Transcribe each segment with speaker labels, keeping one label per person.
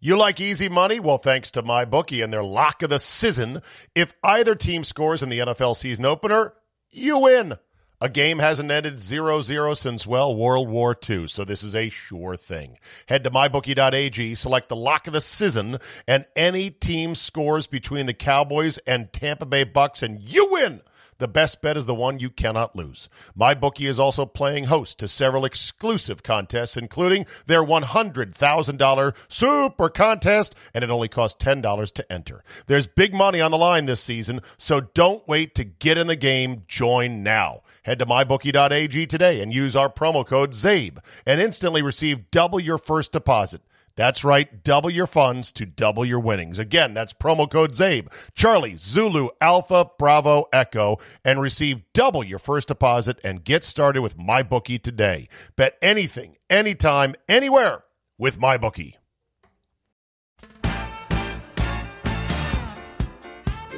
Speaker 1: You like easy money? Well, thanks to my bookie and their lock of the season, if either team scores in the NFL season opener, you win. A game hasn't ended 0-0 since well World War II, so this is a sure thing. Head to mybookie.ag, select the lock of the season, and any team scores between the Cowboys and Tampa Bay Bucks, and you win. The best bet is the one you cannot lose. MyBookie is also playing host to several exclusive contests, including their $100,000 Super Contest, and it only costs $10 to enter. There's big money on the line this season, so don't wait to get in the game. Join now. Head to mybookie.ag today and use our promo code ZABE and instantly receive double your first deposit. That's right, double your funds to double your winnings. Again, that's promo code ZABE, Charlie, Zulu, Alpha, Bravo, Echo, and receive double your first deposit and get started with MyBookie today. Bet anything, anytime, anywhere with MyBookie.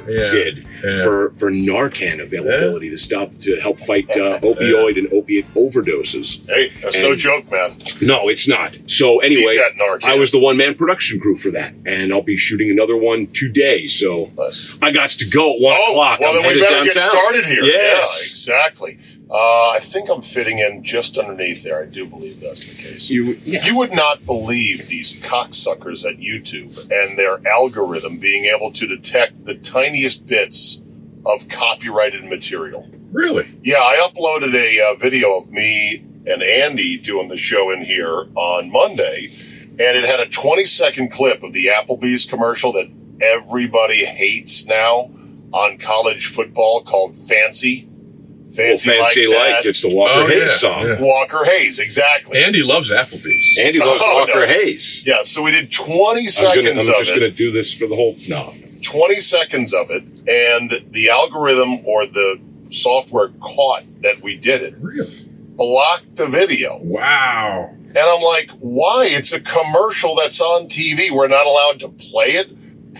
Speaker 2: Yeah.
Speaker 3: did
Speaker 2: Yeah.
Speaker 3: for, for Narcan availability to stop to help fight uh, opioid and opiate overdoses.
Speaker 4: Hey, that's no
Speaker 3: And-
Speaker 4: joke, man.
Speaker 3: No, it's not. So anyway,
Speaker 4: Beat that Narcan.
Speaker 3: I was the one man production crew for that, and I'll be shooting another one today. So
Speaker 4: Nice.
Speaker 3: I got to go at one
Speaker 4: Oh,
Speaker 3: o'clock.
Speaker 4: well,
Speaker 3: I'm
Speaker 4: then we
Speaker 3: headed
Speaker 4: better
Speaker 3: downtown.
Speaker 4: get started here. Yeah,
Speaker 3: Yes.
Speaker 4: exactly. Uh, I think I'm fitting in just underneath there. I do believe that's the case.
Speaker 3: You, yeah.
Speaker 4: You would not believe these cocksuckers at YouTube and their algorithm being able to detect the tiniest bits of copyrighted material.
Speaker 2: Really?
Speaker 4: Yeah, I uploaded a uh, video of me and Andy doing the show in here on Monday, and it had a 20 second clip of the Applebee's commercial that everybody hates now on college football called Fancy.
Speaker 3: Well,
Speaker 4: Fancy,
Speaker 3: fancy
Speaker 4: like,
Speaker 3: like,
Speaker 4: that.
Speaker 3: it's the Walker
Speaker 2: Oh,
Speaker 3: Hayes
Speaker 2: yeah,
Speaker 3: song.
Speaker 2: yeah.
Speaker 4: Walker Hayes, exactly.
Speaker 2: Andy loves Applebee's.
Speaker 3: Andy loves
Speaker 4: Oh,
Speaker 3: Walker
Speaker 4: no.
Speaker 3: Hayes.
Speaker 4: yeah, so we did 20
Speaker 3: I'm, gonna, I'm
Speaker 4: seconds of
Speaker 3: just
Speaker 4: it.
Speaker 3: going to do this for the whole. No,
Speaker 4: 20 seconds of it, and the algorithm or the software caught that we did it,
Speaker 2: Really?
Speaker 4: blocked the video.
Speaker 2: Wow.
Speaker 4: And I'm like, why? It's a commercial that's on TV. We're not allowed to play it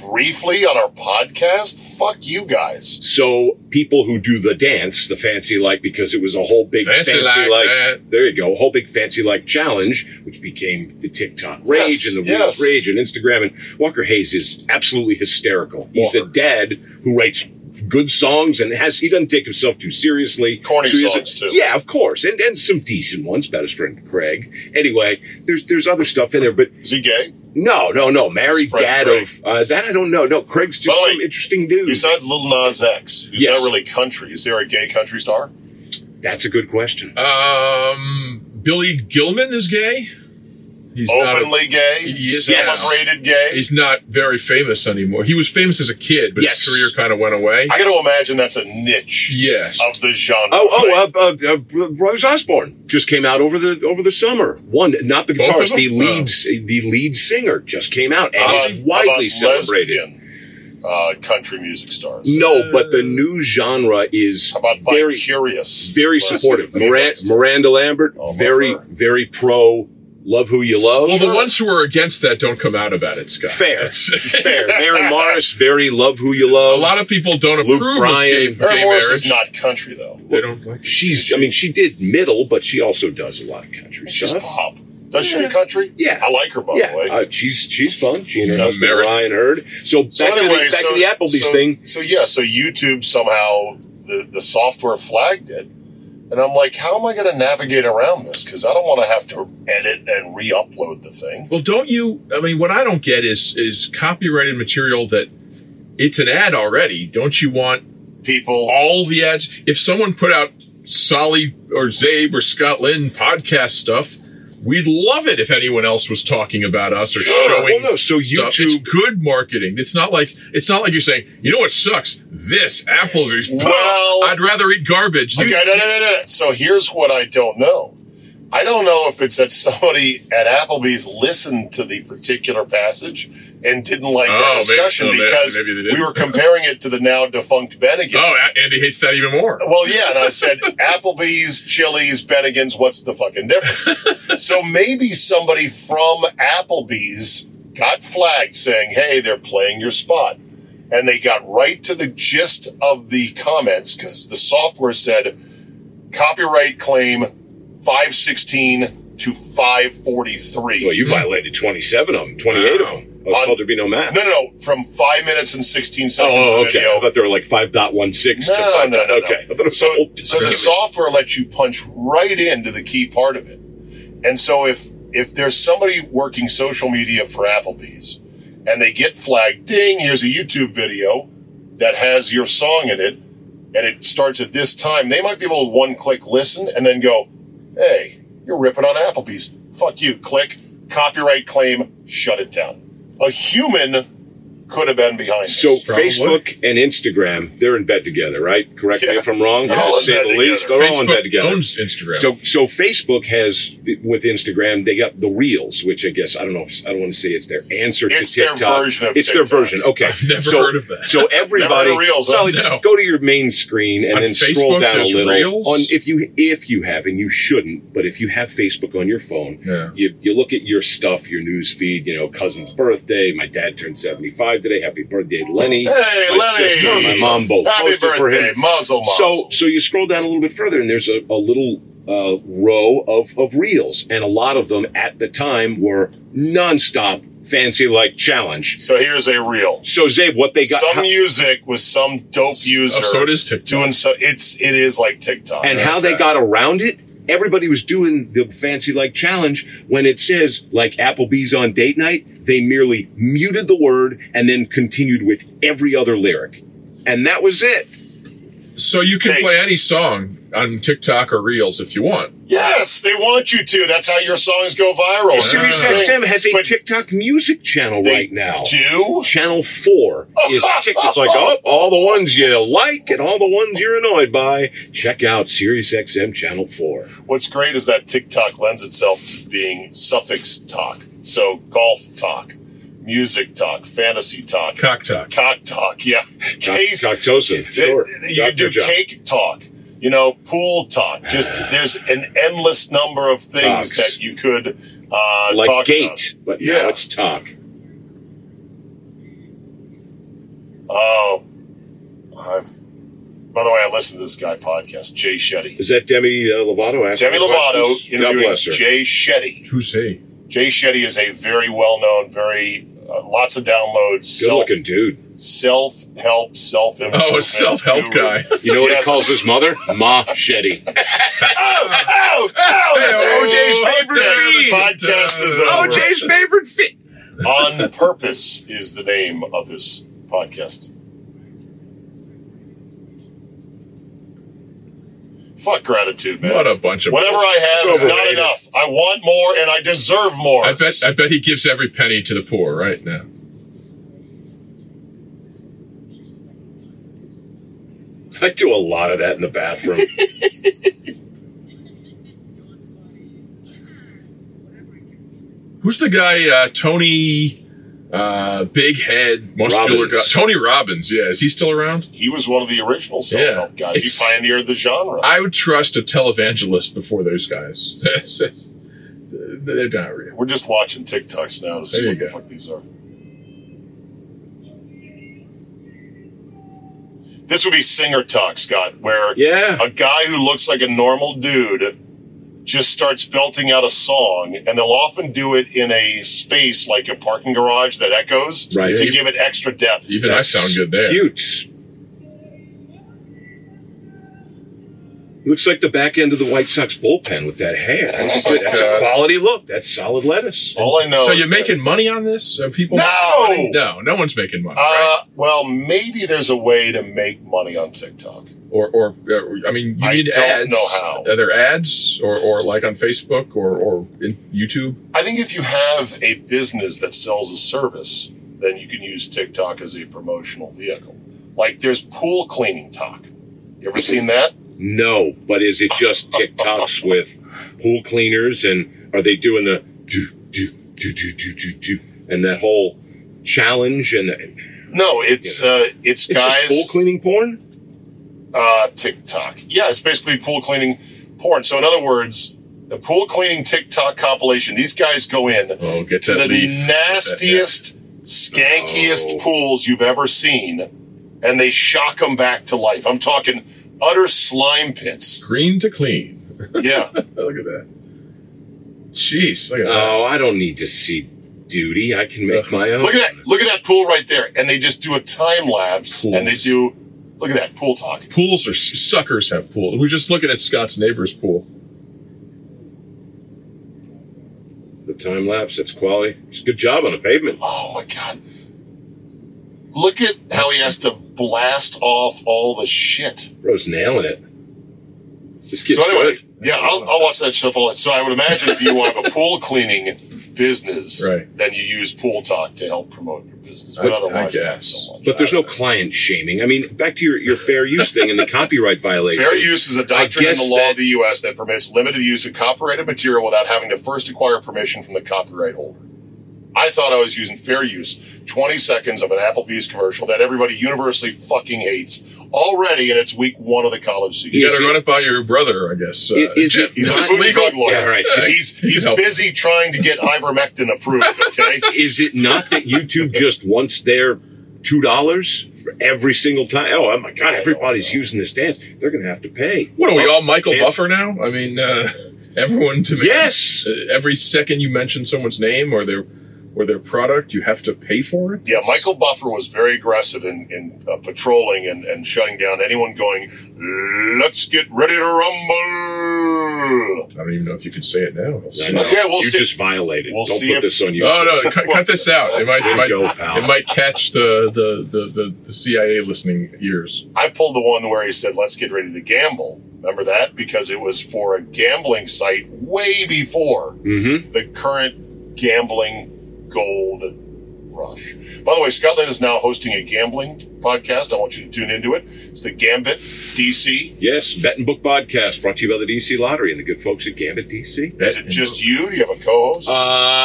Speaker 4: briefly on our podcast? Fuck you guys.
Speaker 3: So people who do the dance, the fancy like, because it was a whole big fancy,
Speaker 2: Fancy like
Speaker 3: like,
Speaker 2: that.
Speaker 3: there you go, a whole big fancy like challenge, which became the TikTok rage
Speaker 4: Yes,
Speaker 3: and the
Speaker 4: yes.
Speaker 3: Reels rage and Instagram. And Walker Hayes is absolutely hysterical. He's a
Speaker 2: Walker.
Speaker 3: dad who writes good songs and has he doesn't take himself too seriously.
Speaker 4: Corny
Speaker 3: he doesn't-
Speaker 4: songs, too.
Speaker 3: Yeah, of course, and and some decent ones about his friend Craig. Anyway, there's there's other stuff in there, but
Speaker 4: Is he gay?
Speaker 3: no, no, no, married
Speaker 4: Friend
Speaker 3: dad
Speaker 4: Craig.
Speaker 3: of uh, that I don't know. No, Craig's just
Speaker 4: By the
Speaker 3: some
Speaker 4: way,
Speaker 3: interesting dude.
Speaker 4: Besides Lil Nas X, who's
Speaker 3: Yes.
Speaker 4: not really country, is there a gay country star?
Speaker 3: That's a good question.
Speaker 2: Um, Billy Gilman is gay. He's not a-
Speaker 4: Openly gay?
Speaker 2: Yes.
Speaker 4: Celebrated gay?
Speaker 2: he's not very famous anymore. He was famous as a kid, but
Speaker 3: Yes.
Speaker 2: his career kind of went away.
Speaker 4: I got to imagine that's a niche
Speaker 2: yes.
Speaker 4: of the genre.
Speaker 3: Oh, oh, uh, uh, uh, Rose Osborne just came out over the over the summer. One, not the
Speaker 2: Both of
Speaker 3: guitarist,
Speaker 2: them? Oh.
Speaker 3: the lead, the lead singer just came out and
Speaker 4: How
Speaker 3: is
Speaker 4: about- how
Speaker 3: widely
Speaker 4: about
Speaker 3: celebrated.
Speaker 4: lesbian, uh, country music stars.
Speaker 3: No, but the new genre is
Speaker 4: How about
Speaker 3: very,
Speaker 4: Curious?
Speaker 3: very supportive. Miran- Miranda Lambert,
Speaker 4: Oh, love
Speaker 3: very,
Speaker 4: her.
Speaker 3: very pro. Love who you love.
Speaker 2: well, the ones who are against that don't come out about it, Scott.
Speaker 3: fair,
Speaker 2: That's-
Speaker 3: fair. Mary Morris, very love who you
Speaker 2: a
Speaker 3: love.
Speaker 2: lot of people don't
Speaker 3: Luke
Speaker 2: approve
Speaker 3: Bryan.
Speaker 2: of gay,
Speaker 4: Her
Speaker 2: gay
Speaker 4: Morris is
Speaker 2: marriage.
Speaker 4: not country though.
Speaker 2: they don't like.
Speaker 3: She's, I mean, she did middle, but she also does a lot of country
Speaker 4: She's
Speaker 3: stuff.
Speaker 4: pop. Does she
Speaker 3: Yeah.
Speaker 4: do country?
Speaker 3: Yeah.
Speaker 4: I like her by
Speaker 3: yeah,
Speaker 4: the way.
Speaker 3: uh, she's she's fun. She and her husband
Speaker 2: American.
Speaker 3: Ryan Hurd. So back,
Speaker 4: so
Speaker 3: to,
Speaker 4: anyway,
Speaker 3: the, back
Speaker 4: so,
Speaker 3: to the Applebee's
Speaker 4: so-
Speaker 3: thing.
Speaker 4: So yeah, so YouTube somehow the the software flagged it, And I'm like, how am I going to navigate around this? Because I don't want to have to edit and re upload the thing.
Speaker 2: Well, don't you? I mean, what I don't get is is copyrighted material that it's an ad already. Don't you want
Speaker 4: People,
Speaker 2: all the ads? If someone put out Solly or Zabe or Scott Lynn podcast stuff, we'd love it if anyone else was talking about us or
Speaker 3: Sure.
Speaker 2: showing.
Speaker 3: Well, no, so
Speaker 2: stuff.
Speaker 3: YouTube-
Speaker 2: It's good marketing. It's not like it's not like you're saying, you know what sucks? This apples are
Speaker 4: Well-
Speaker 2: I'd rather eat garbage. You-
Speaker 4: Okay, no, no, no, no. So here's what I don't know. I don't know if it's that somebody at Applebee's listened to the particular passage and didn't like
Speaker 2: Oh,
Speaker 4: our
Speaker 2: maybe-
Speaker 4: discussion
Speaker 2: oh, maybe-
Speaker 4: because
Speaker 2: maybe they didn't.
Speaker 4: we were comparing it to the now defunct Bennigan's.
Speaker 2: Oh, A- Andy hates that even more.
Speaker 4: well, yeah, and I said Applebee's, Chili's, Bennigan's. What's the fucking difference? so maybe somebody from Applebee's got flagged saying, "Hey, they're playing your spot," and they got right to the gist of the comments because the software said copyright claim five sixteen to five forty three.
Speaker 3: Well, you violated 27 of them, 28 of them. I was
Speaker 4: Hmm. On-
Speaker 3: told there'd be no math.
Speaker 4: no, no, no, from five minutes and sixteen seconds.
Speaker 3: Oh,
Speaker 4: of the
Speaker 3: okay.
Speaker 4: video.
Speaker 3: I thought they were like 5.16 to
Speaker 4: No,
Speaker 3: 5.
Speaker 4: no, no,
Speaker 3: okay. I thought it
Speaker 4: no.
Speaker 3: was
Speaker 4: So,
Speaker 3: old-
Speaker 4: so the
Speaker 3: okay.
Speaker 4: software lets you punch right into the key part of it. And so if if there's somebody working social media for Applebee's and they get flagged, ding, here's a YouTube video that has your song in it, and it starts at this time, they might be able to one click listen and then go, hey, you're ripping on Applebee's. Fuck you. Click, copyright claim, shut it down. A human could have been behind this.
Speaker 3: So
Speaker 2: Probably.
Speaker 3: Facebook and Instagram, they're in bed together, right? Correct me
Speaker 4: Yeah.
Speaker 3: if I'm wrong.
Speaker 4: They're
Speaker 3: to
Speaker 4: all in
Speaker 3: say
Speaker 4: bed
Speaker 3: the least,
Speaker 4: together.
Speaker 3: they're all in bed
Speaker 2: Facebook
Speaker 3: together.
Speaker 2: owns Instagram.
Speaker 3: So, so Facebook has with Instagram, they got the Reels, which I guess I don't know. If, I don't want to say it's their answer
Speaker 4: It's
Speaker 3: to
Speaker 4: their
Speaker 3: TikTok.
Speaker 4: version of
Speaker 3: it's
Speaker 4: TikTok.
Speaker 3: their version. Okay,
Speaker 2: I've never
Speaker 3: so,
Speaker 2: heard of that.
Speaker 3: So everybody,
Speaker 4: Never heard of Reels, huh?
Speaker 3: Sally,
Speaker 2: No.
Speaker 3: just go to your main screen and
Speaker 2: On
Speaker 3: then scroll
Speaker 2: Facebook,
Speaker 3: down a
Speaker 2: there's
Speaker 3: little.
Speaker 2: Reels?
Speaker 3: On if you if you have and you shouldn't, but if you have Facebook on your phone,
Speaker 2: Yeah.
Speaker 3: you you look at your stuff, your news feed. You know, cousin's birthday. My dad turned seventy five today. Happy birthday, Lenny.
Speaker 4: Hey,
Speaker 3: my
Speaker 4: Lenny.
Speaker 3: sister and my mom both
Speaker 4: Happy
Speaker 3: posted for
Speaker 4: birthday,
Speaker 3: him.
Speaker 4: muzzle
Speaker 3: So,
Speaker 4: muzzle.
Speaker 3: so you scroll down a little bit further, and there's a, a little uh, row of, of reels, and a lot of them at the time were nonstop fancy like challenge.
Speaker 4: So here's a reel.
Speaker 3: So, Zabe, what they got,
Speaker 4: some
Speaker 3: how-
Speaker 4: music with some dope user
Speaker 2: Oh, so it is TikTok.
Speaker 4: doing so. It's it is like TikTok.
Speaker 3: and how they got around it. Everybody was doing the fancy like challenge when it says like Applebee's on date night. They merely muted the word and then continued with every other lyric, and that was it.
Speaker 2: So you can
Speaker 4: Take.
Speaker 2: play any song on TikTok or Reels if you want.
Speaker 4: yes, they want you to. That's how your songs go viral.
Speaker 3: SiriusXM has a
Speaker 4: But
Speaker 3: TikTok music channel
Speaker 4: they
Speaker 3: right now.
Speaker 4: Do
Speaker 3: Channel 4 is TikTok. It's like, oh, all the ones you like and all the ones you're annoyed by. Check out SiriusXM Channel 4.
Speaker 4: what's great is that TikTok lends itself to being suffix talk. So golf talk, music talk, fantasy talk,
Speaker 2: Cock talk.
Speaker 4: cock talk. Yeah, case
Speaker 3: Coctosin, sure.
Speaker 4: You can
Speaker 3: Doctor
Speaker 4: do
Speaker 3: John.
Speaker 4: cake talk, you know, pool talk. Just there's oh, an endless number of things
Speaker 3: Talks.
Speaker 4: that you could uh,
Speaker 3: like
Speaker 4: talk
Speaker 3: gate,
Speaker 4: about.
Speaker 3: but
Speaker 4: yeah.
Speaker 3: now it's talk.
Speaker 4: Oh, I've. By the way, I listened to this guy podcast, Jay Shetty.
Speaker 3: Is that Demi uh, Lovato? asking
Speaker 4: Demi Lovato
Speaker 3: questions? God
Speaker 4: interviewing
Speaker 3: bless her.
Speaker 4: Jay Shetty.
Speaker 2: Who's he?
Speaker 4: Jay Shetty is a very well-known, very uh, lots of downloads,
Speaker 3: Good
Speaker 4: self,
Speaker 3: looking dude.
Speaker 4: self-help, self-improvement.
Speaker 2: Oh, a self-help
Speaker 4: guru.
Speaker 2: guy.
Speaker 3: You know what
Speaker 4: Yes.
Speaker 3: he calls his mother? Ma Shetty.
Speaker 4: Oh, oh,
Speaker 2: Hey,
Speaker 4: oh!
Speaker 2: OJ's
Speaker 4: Steve,
Speaker 2: favorite
Speaker 4: the
Speaker 2: feed.
Speaker 4: podcast is over.
Speaker 2: Oh,
Speaker 3: OJ's favorite fit.
Speaker 4: On Purpose is the name of this podcast. Fuck gratitude, man.
Speaker 2: What a bunch of
Speaker 4: Whatever I have
Speaker 3: It's
Speaker 4: is not
Speaker 3: overrated.
Speaker 4: enough. I want more and I deserve more.
Speaker 2: I bet. I bet he gives every penny to the poor right now.
Speaker 3: I do a lot of that in the bathroom.
Speaker 2: Who's the guy? Uh, Tony, uh, big head, muscular
Speaker 3: Robbins.
Speaker 2: guy. Tony Robbins. Yeah, is he still around?
Speaker 4: he was one of the original self help
Speaker 2: Yeah.
Speaker 4: guys.
Speaker 2: It's-
Speaker 4: he pioneered the genre.
Speaker 2: I would trust a televangelist before those guys. They're not real.
Speaker 4: We're just watching TikToks now to see
Speaker 2: There
Speaker 4: what
Speaker 2: you
Speaker 4: the
Speaker 2: go.
Speaker 4: fuck these are. This would be singer talk, Scott, where
Speaker 3: yeah.
Speaker 4: a guy who looks like a normal dude just starts belting out a song, and they'll often do it in a space like a parking garage that echoes
Speaker 3: Right.
Speaker 4: to
Speaker 2: Yeah.
Speaker 4: give it extra depth.
Speaker 2: Even I sound good there.
Speaker 3: Cute. Looks like the back end of the White Sox bullpen with that hair. That's, good. That's a
Speaker 4: Oh, God.
Speaker 3: quality look. That's solid lettuce.
Speaker 4: All I know.
Speaker 2: so
Speaker 4: is
Speaker 2: you're
Speaker 4: that-
Speaker 2: making money on this? So people
Speaker 4: No!
Speaker 2: making money? no, no one's making money, right?
Speaker 4: Uh, well, maybe there's a way to make money on TikTok.
Speaker 2: Or, or, uh I mean, you
Speaker 4: I
Speaker 2: need
Speaker 4: don't
Speaker 2: ads.
Speaker 4: know how.
Speaker 2: Are there ads, or, or like on Facebook, or, or in YouTube?
Speaker 4: I think if you have a business that sells a service, then you can use TikTok as a promotional vehicle. Like there's pool cleaning talk. You ever seen that?
Speaker 3: No, but is it just TikToks with pool cleaners and are they doing the do do do do do do do and that whole challenge and it's
Speaker 4: No, it's uh, it's
Speaker 3: just pool
Speaker 4: guys
Speaker 3: cleaning porn?
Speaker 4: uh, TikTok. Yeah, it's basically pool cleaning porn. So in other words, the pool cleaning TikTok compilation. These guys go in
Speaker 2: Oh, get
Speaker 4: to
Speaker 2: that Oh.
Speaker 4: the
Speaker 2: leaf.
Speaker 4: nastiest, skankiest
Speaker 3: No.
Speaker 4: pools you've ever seen, and they shock them back to life. I'm talking utter slime pits.
Speaker 2: Green to clean.
Speaker 4: Yeah.
Speaker 2: Oh, Look at that. Jeez, look at that.
Speaker 3: Oh, I don't need to see duty. I can make my own.
Speaker 4: Look at that! Look at that pool right there, and they just do a time lapse, and they
Speaker 2: Pools.
Speaker 4: do. Look at that pool talk.
Speaker 2: Pools or suckers have pools. We're just looking at Scott's neighbor's pool.
Speaker 3: The time lapse, that's quality. It's a good job on the pavement.
Speaker 4: Oh my god! Look at how he has to blast off all the shit.
Speaker 3: Bro's nailing it. This kid's
Speaker 4: so anyway,
Speaker 3: good.
Speaker 4: yeah, I'll, I'll watch that stuff. All so I would imagine if you have a pool cleaning business,
Speaker 2: Right.
Speaker 4: then you use pool talk to help promote your business.
Speaker 2: I-
Speaker 4: But
Speaker 2: I
Speaker 4: otherwise, not
Speaker 2: guess.
Speaker 4: so much.
Speaker 3: But there's no client shaming. I mean, back to your, your fair use thing and the copyright violation.
Speaker 4: Fair use is a doctrine in
Speaker 3: guess
Speaker 4: the law
Speaker 3: that-
Speaker 4: of the U.S. that permits limited use of copyrighted material without having to first acquire permission from the copyright holder. I thought I was using fair use 20 seconds of an Applebee's commercial that everybody universally fucking hates already, and it's week one of the college season.
Speaker 2: You
Speaker 3: Is
Speaker 2: got to
Speaker 3: it-
Speaker 2: run it by your brother, I guess. Uh,
Speaker 3: I- is
Speaker 2: Jim.
Speaker 3: it
Speaker 4: He's
Speaker 2: Is
Speaker 4: a
Speaker 3: not-
Speaker 2: this
Speaker 4: food and
Speaker 2: legal?
Speaker 4: drug lawyer.
Speaker 3: Yeah, right.
Speaker 4: He's, he's
Speaker 2: Help.
Speaker 4: busy trying to get ivermectin approved, okay?
Speaker 3: Is it not that YouTube just wants their two dollars for every single time? Oh, my God! Everybody's using this dance. They're going to have to pay.
Speaker 2: What are we
Speaker 3: Oh,
Speaker 2: all Michael
Speaker 3: can't-
Speaker 2: Buffer now? I mean, uh, everyone demands.
Speaker 3: Yes.
Speaker 2: uh, every second you mention someone's name or their or their product, you have to pay for it.
Speaker 4: Yeah, Michael Buffer was very aggressive in, in uh, patrolling and, and shutting down anyone going, let's get ready to rumble.
Speaker 2: I don't even know if you can say it now.
Speaker 3: I know.
Speaker 4: Yeah, we'll
Speaker 3: you
Speaker 4: see-
Speaker 3: just violated.
Speaker 4: we'll
Speaker 3: Don't
Speaker 4: see
Speaker 3: put
Speaker 4: if-
Speaker 3: this on you.
Speaker 2: Oh no! Cut, cut this out. It might,
Speaker 3: Here
Speaker 2: it
Speaker 3: we
Speaker 2: might,
Speaker 3: go, pal.
Speaker 2: it might catch the the, the, the the CIA listening ears.
Speaker 4: I pulled the one where he said, let's get ready to gamble. Remember that? Because it was for a gambling site way before
Speaker 3: Mm-hmm.
Speaker 4: the current gambling gold rush. By the way, Scotland is now hosting a gambling podcast. I want you to tune into it. It's the Gambit DC.
Speaker 3: Yes, Bet and Book podcast brought to you by the DC Lottery and the good folks at Gambit DC.
Speaker 4: Is it just you? Do you have a co host?
Speaker 3: Uh,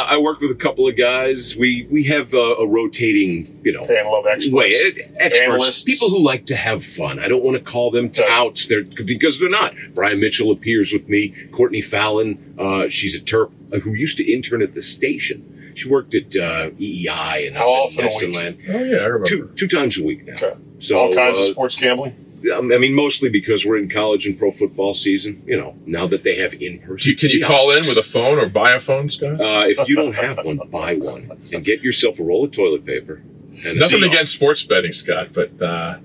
Speaker 3: I work with a couple of guys. We we have a, a rotating, you know,
Speaker 4: Panel of experts.
Speaker 3: Way,
Speaker 2: eh,
Speaker 3: it- experts,
Speaker 4: Analysts.
Speaker 3: people who like to have fun. I don't want to call them
Speaker 4: Okay.
Speaker 3: touts. They're because they're not. Brian Mitchell appears with me. Courtney Fallon, uh, she's a Terp uh, who used to intern at the station. She worked at uh, EEI and
Speaker 4: How
Speaker 3: up
Speaker 4: often a
Speaker 3: in
Speaker 4: week?
Speaker 3: Essenland.
Speaker 2: Oh yeah, I remember.
Speaker 3: Two two times a week now.
Speaker 4: Okay.
Speaker 3: So
Speaker 4: All kinds of
Speaker 3: uh,
Speaker 4: sports gambling.
Speaker 3: um, I mean, mostly because we're in college and pro football season. You know, now that they have in
Speaker 2: Do
Speaker 3: person.
Speaker 2: you, can you call in with a phone or buy a phone, Scott?
Speaker 3: Uh, if you don't have one, buy one and get yourself a roll of toilet paper. And a
Speaker 2: Nothing
Speaker 3: seat.
Speaker 2: against sports betting, Scott, but uh,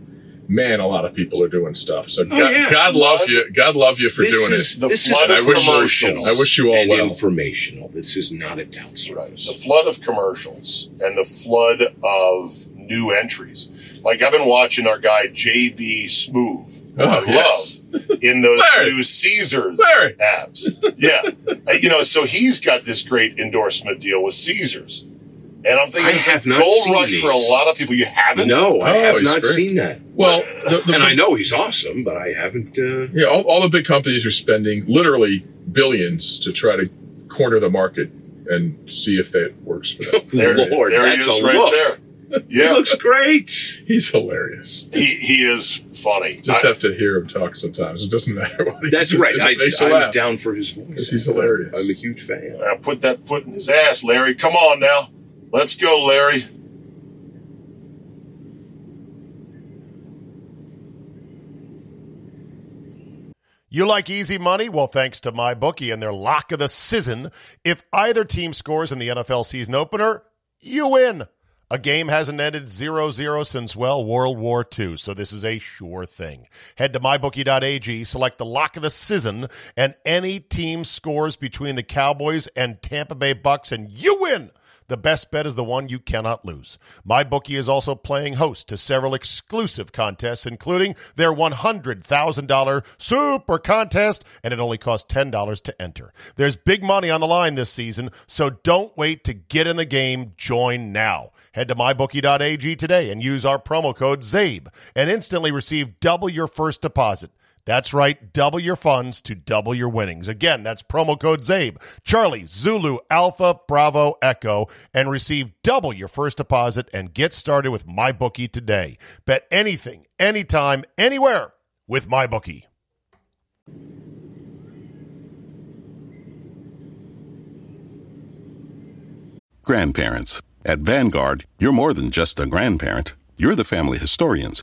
Speaker 2: man, a lot of people are doing stuff. So God,
Speaker 3: Oh, yeah.
Speaker 2: God love you. God love you for
Speaker 3: This
Speaker 2: doing
Speaker 3: is-
Speaker 2: it.
Speaker 4: The
Speaker 3: This is
Speaker 4: flood
Speaker 2: I
Speaker 4: of
Speaker 2: wish-
Speaker 4: commercials.
Speaker 2: I wish you all
Speaker 3: and
Speaker 2: well.
Speaker 3: informational. This is not a tout
Speaker 4: Right.
Speaker 3: service.
Speaker 4: The flood of commercials and the flood of new entries. Like I've been watching our guy JB Smoove, who I
Speaker 2: Oh,
Speaker 4: love,
Speaker 2: yes.
Speaker 4: in those
Speaker 2: Larry.
Speaker 4: new Caesars
Speaker 2: Larry.
Speaker 4: apps. Yeah, Uh, you know, so he's got this great endorsement deal with Caesars, and I'm thinking
Speaker 3: I
Speaker 4: it's a
Speaker 3: have not
Speaker 4: gold
Speaker 3: seen
Speaker 4: rush for a
Speaker 3: these.
Speaker 4: lot of people. You haven't?
Speaker 3: No, I
Speaker 2: Oh,
Speaker 3: have
Speaker 2: he's
Speaker 3: not
Speaker 2: great.
Speaker 3: seen that.
Speaker 2: Well, the, the,
Speaker 3: And I know he's awesome, but I haven't. Uh,
Speaker 2: Yeah, all, all the big companies are spending literally billions to try to corner the market and see if that works for them.
Speaker 4: There,
Speaker 3: Lord,
Speaker 4: there he
Speaker 3: that's
Speaker 4: is
Speaker 3: a
Speaker 4: right
Speaker 3: look.
Speaker 4: there.
Speaker 3: He
Speaker 4: Yeah,
Speaker 3: looks great.
Speaker 2: He's hilarious.
Speaker 4: he, he is funny.
Speaker 2: Just
Speaker 4: I-
Speaker 2: have to hear him talk sometimes. It doesn't matter what he
Speaker 3: That's
Speaker 2: says.
Speaker 3: right.
Speaker 2: It just
Speaker 3: I,
Speaker 2: makes you
Speaker 3: I'm
Speaker 2: laugh.
Speaker 3: down for his
Speaker 2: 'Cause
Speaker 3: voice.
Speaker 2: he's hilarious.
Speaker 3: I'm a huge fan.
Speaker 4: I put that foot in his ass, Larry. Come on now. Let's go, Larry.
Speaker 1: You like easy money? Well, thanks to my bookie and their lock of the season, if either team scores in the NFL season opener, you win. A game hasn't ended 0 0 since, well, World War II, so this is a sure thing. Head to mybookie.ag, select the lock of the season, and any team scores between the Cowboys and Tampa Bay Bucks, and you win! The best bet is the one you cannot lose. MyBookie is also playing host to several exclusive contests, including their $100,000 Super Contest, and it only costs $10 to enter. There's big money on the line this season, so don't wait to get in the game. Join now. Head to mybookie.ag today and use our promo code ZABE and instantly receive double your first deposit. That's right, double your funds to double your winnings. Again, that's promo code ZABE, Charlie, Zulu, Alpha, Bravo, Echo, and receive double your first deposit and get started with MyBookie today. Bet anything, anytime, anywhere with MyBookie.
Speaker 5: Grandparents. At Vanguard, you're more than just a grandparent, you're the family historians.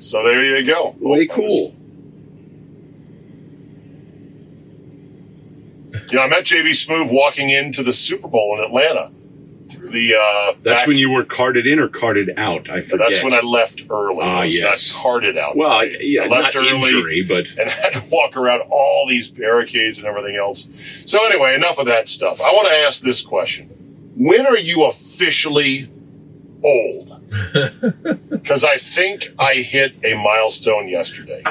Speaker 4: So there you go.
Speaker 3: Way cool.
Speaker 4: You know, I met JB Smoove walking into the Super Bowl in Atlanta through the. Uh,
Speaker 3: That's
Speaker 4: back-
Speaker 3: when you were carted in or carted out. I forget.
Speaker 4: That's when I left early.
Speaker 3: Ah,
Speaker 4: I was
Speaker 3: yes.
Speaker 4: not carted out.
Speaker 3: Well, I- yeah,
Speaker 4: I left
Speaker 3: not
Speaker 4: early
Speaker 3: injury, but
Speaker 4: and had to walk around all these barricades and everything else. So anyway, enough of that stuff. I want to ask this question: When are you officially old? Because I think I hit a milestone yesterday.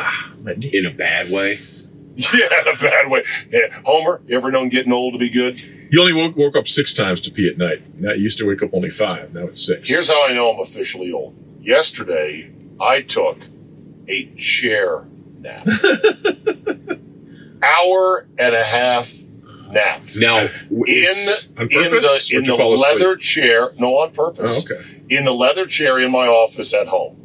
Speaker 3: in a bad way.
Speaker 4: Yeah, in a bad way. Yeah. Homer, you ever known getting old to be good?
Speaker 2: You only woke, woke up six times to pee at night. Now you used to wake up only five. Now it's six.
Speaker 4: Here's how I know I'm officially old. Yesterday, I took a chair nap. Hour and a half nap.
Speaker 3: Now, w-
Speaker 4: in
Speaker 3: is-
Speaker 2: on
Speaker 4: in the
Speaker 2: purpose, or
Speaker 4: in
Speaker 2: did you
Speaker 4: the
Speaker 2: fall asleep?
Speaker 4: leather chair. No, on purpose.
Speaker 2: Oh, okay.
Speaker 4: In the leather chair in my office at home.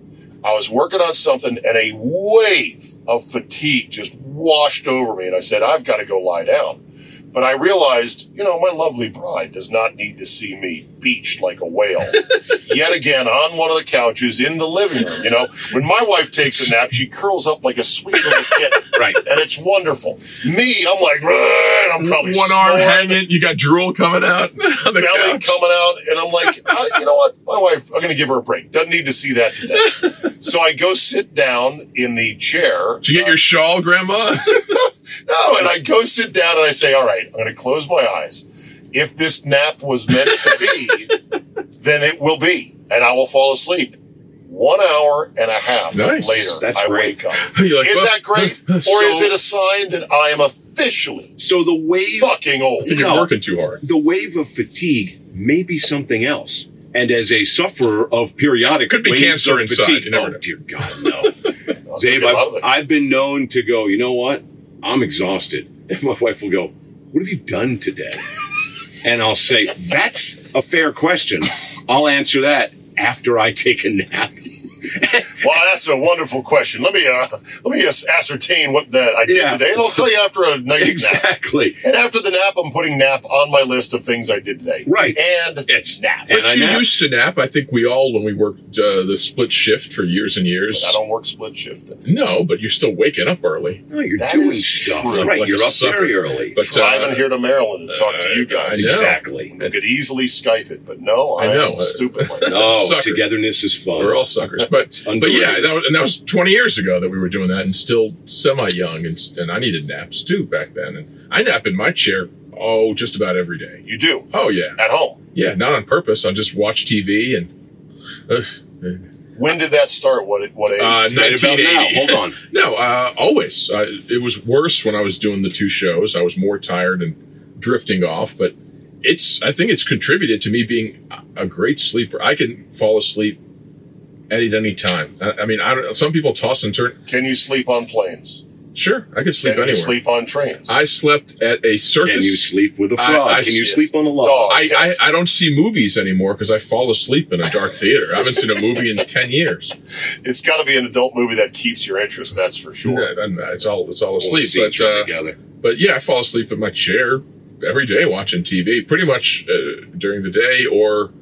Speaker 4: I was working on something and a wave of fatigue just washed over me. And I said, I've got to go lie down. But I realized, you know, my lovely bride does not need to see me beached like a whale. Yet again, on one of the couches in the living room. You know, when my wife takes a nap, she curls up like a sweet little kitten.
Speaker 3: right.
Speaker 4: And it's wonderful. Me, I'm like, "Rrrr," and I'm probably
Speaker 2: one arm
Speaker 4: snoring
Speaker 2: hanging. You got drool coming out. on the
Speaker 4: belly
Speaker 2: couch.
Speaker 4: coming out, and I'm like, I, you know what? My wife, I'm going to give her a break. Doesn't need to see that today. so I go sit down in the chair.
Speaker 2: Did you get your shawl, Grandma?
Speaker 4: No, and I go sit down and I say, all right, I'm going to close my eyes. If this nap was meant to be, then it will be, and I will fall asleep. One hour and a half
Speaker 2: Nice.
Speaker 4: later,
Speaker 3: That's
Speaker 4: I
Speaker 3: great.
Speaker 4: wake up.
Speaker 2: You're like,
Speaker 4: is
Speaker 2: "Well,
Speaker 4: that great, or is it a sign that I am officially
Speaker 3: So the wave
Speaker 4: fucking old?
Speaker 2: You're
Speaker 3: No.
Speaker 2: working too hard.
Speaker 3: the wave of fatigue may be something else. And as a sufferer of periodic
Speaker 2: Could be
Speaker 3: waves
Speaker 2: cancer
Speaker 3: of
Speaker 2: inside,
Speaker 3: fatigue,
Speaker 2: you never
Speaker 3: oh
Speaker 2: know.
Speaker 3: dear God, no. Zabe,
Speaker 4: A lot
Speaker 3: I've,
Speaker 4: of it.
Speaker 3: I've been known to go, you know what? I'm exhausted. And my wife will go, What have you done today? and I'll say, That's a fair question. I'll answer that after I take a nap.
Speaker 4: Well, that's a wonderful question. Let me uh, let me just ascertain what that I did
Speaker 3: Yeah.
Speaker 4: today, and I'll tell you after a nice nap.
Speaker 3: exactly.
Speaker 4: And after the nap, I'm putting nap on my list of things I did today.
Speaker 3: Right.
Speaker 4: And
Speaker 3: It's nap.
Speaker 2: But you used to nap. I think we all, when we worked uh, the split shift for years and years.
Speaker 4: I don't work split shift.
Speaker 2: No, but you're still waking up early.
Speaker 3: no, you're
Speaker 4: That
Speaker 3: doing
Speaker 4: is
Speaker 3: stuff.
Speaker 4: true.
Speaker 3: Right.
Speaker 2: Like
Speaker 3: you're
Speaker 2: a
Speaker 3: up
Speaker 2: sucker.
Speaker 3: very early.
Speaker 2: But
Speaker 4: Driving
Speaker 2: uh,
Speaker 4: here to Maryland and talk to you guys.
Speaker 2: I know.
Speaker 3: exactly.
Speaker 4: I could easily Skype it, but no,
Speaker 2: I
Speaker 4: I,
Speaker 2: know. uh,
Speaker 4: am stupid like that.
Speaker 3: No,
Speaker 2: Sucker.
Speaker 3: Oh, togetherness is fun.
Speaker 2: We're all suckers, but but
Speaker 3: underrated.
Speaker 2: yeah, that was, and that was 20 years ago that we were doing that, and still semi young, and s- and I needed naps too back then, and I nap in my chair Oh, just about every day.
Speaker 4: You do
Speaker 2: Oh yeah,
Speaker 4: at home.
Speaker 2: yeah. Not on purpose. I just watch TV and. Ugh.
Speaker 4: When did that start? What what age?
Speaker 2: Uh,
Speaker 4: did you-
Speaker 3: Right about now.
Speaker 2: 1980.
Speaker 3: Hold on.
Speaker 2: No, uh, always. Uh, it was worse when I was doing the two shows. I was more tired and drifting off, but it's. I think it's contributed to me being a- a great sleeper. I can fall asleep at any time. I, I mean, I don't. Some people toss and turn.
Speaker 4: Can you sleep on planes?
Speaker 2: Sure, I could sleep
Speaker 4: Can you
Speaker 2: anywhere.
Speaker 4: sleep on trains?
Speaker 2: I slept at a circus.
Speaker 3: Can you sleep with a
Speaker 2: I-
Speaker 3: frog?
Speaker 2: I
Speaker 3: Can you
Speaker 2: s-
Speaker 3: sleep on a log?
Speaker 4: Dog.
Speaker 2: I,
Speaker 4: Yes.
Speaker 2: I, I don't see movies anymore because I fall asleep in a dark theater. I haven't seen a movie in ten years.
Speaker 4: it's got to be an adult movie that keeps your interest. That's for sure.
Speaker 2: Yeah, I'm- it's all it's all
Speaker 3: All
Speaker 2: asleep.
Speaker 3: scenes
Speaker 2: but,
Speaker 3: are
Speaker 2: uh,
Speaker 3: together.
Speaker 2: but yeah, I fall asleep in my chair every day watching TV, pretty much uh, during the day or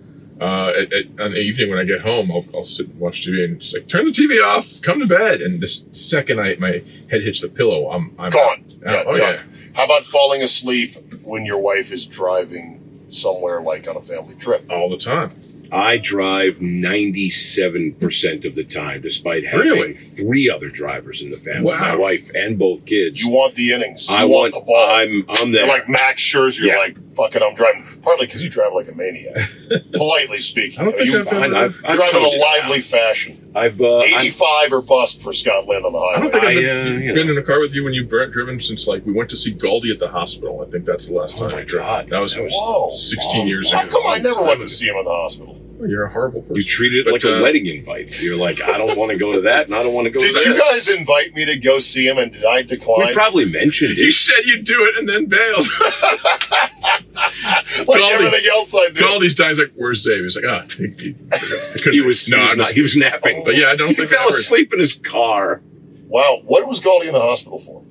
Speaker 2: uh, at, at, on the evening when I get home. I'll, I'll sit and watch TV and just like turn the TV off, come to bed, and the second I my head hits the pillow, I'm I'm
Speaker 4: Gone.
Speaker 2: out.
Speaker 4: Yeah,
Speaker 2: oh
Speaker 4: done.
Speaker 2: yeah.
Speaker 4: How about falling asleep when your wife is driving somewhere, like on a family trip?
Speaker 2: All the time.
Speaker 3: I drive 97% of the time, despite having
Speaker 2: Really?
Speaker 3: three other drivers in the family
Speaker 2: Wow.
Speaker 3: my wife and both kids.
Speaker 4: You want the innings. You
Speaker 3: I
Speaker 4: want,
Speaker 3: want,
Speaker 4: the ball.
Speaker 3: I'm, I'm there.
Speaker 4: You're like Max Scherzer. You're
Speaker 3: Yeah.
Speaker 4: like, fucking, I'm driving. Partly because you drive like a maniac, politely speaking.
Speaker 2: I don't think
Speaker 4: you
Speaker 2: I've
Speaker 3: Fine,
Speaker 2: ever.
Speaker 3: I've, I've
Speaker 4: drive in
Speaker 3: told
Speaker 4: a
Speaker 3: you.
Speaker 4: lively fashion.
Speaker 3: I've, uh, I'm-
Speaker 4: 85 or bust for Scotland on the
Speaker 2: I
Speaker 4: highway.
Speaker 2: don't think I've
Speaker 3: I,
Speaker 2: been,
Speaker 3: uh, you
Speaker 2: been
Speaker 3: know.
Speaker 2: in a car with you when you've dri- driven since like we went to see Galdi at the hospital. I think that's the last
Speaker 3: Oh
Speaker 2: time
Speaker 3: my
Speaker 2: I drove.
Speaker 3: God.
Speaker 2: That was
Speaker 3: That was
Speaker 4: Whoa.
Speaker 2: 16 years
Speaker 3: Oh,
Speaker 2: ago.
Speaker 4: How come I never went to
Speaker 2: see?
Speaker 4: see him in the hospital?
Speaker 2: You're a horrible person.
Speaker 3: you treat it
Speaker 2: But,
Speaker 3: like a
Speaker 2: uh,
Speaker 3: wedding invite. You're like, I don't want to go to that, and I don't want to go to
Speaker 4: Did you
Speaker 3: that.
Speaker 4: guys invite me to go see him and did I decline?
Speaker 3: we probably mentioned
Speaker 2: You
Speaker 3: it.
Speaker 2: said you'd do it and then bailed.
Speaker 4: like
Speaker 2: Galdi.
Speaker 4: everything else I do.
Speaker 2: Galdi's dies like, "Where's Dave?" He's like, "Ah, he, he- I couldn't-
Speaker 3: He was,
Speaker 2: no,
Speaker 3: he was, not,
Speaker 2: I'm just-
Speaker 3: he was napping.
Speaker 2: But yeah, I don't
Speaker 3: he
Speaker 2: think I
Speaker 3: fell
Speaker 2: ever-
Speaker 3: asleep in his car.
Speaker 4: Wow, what was Galdi in the hospital for?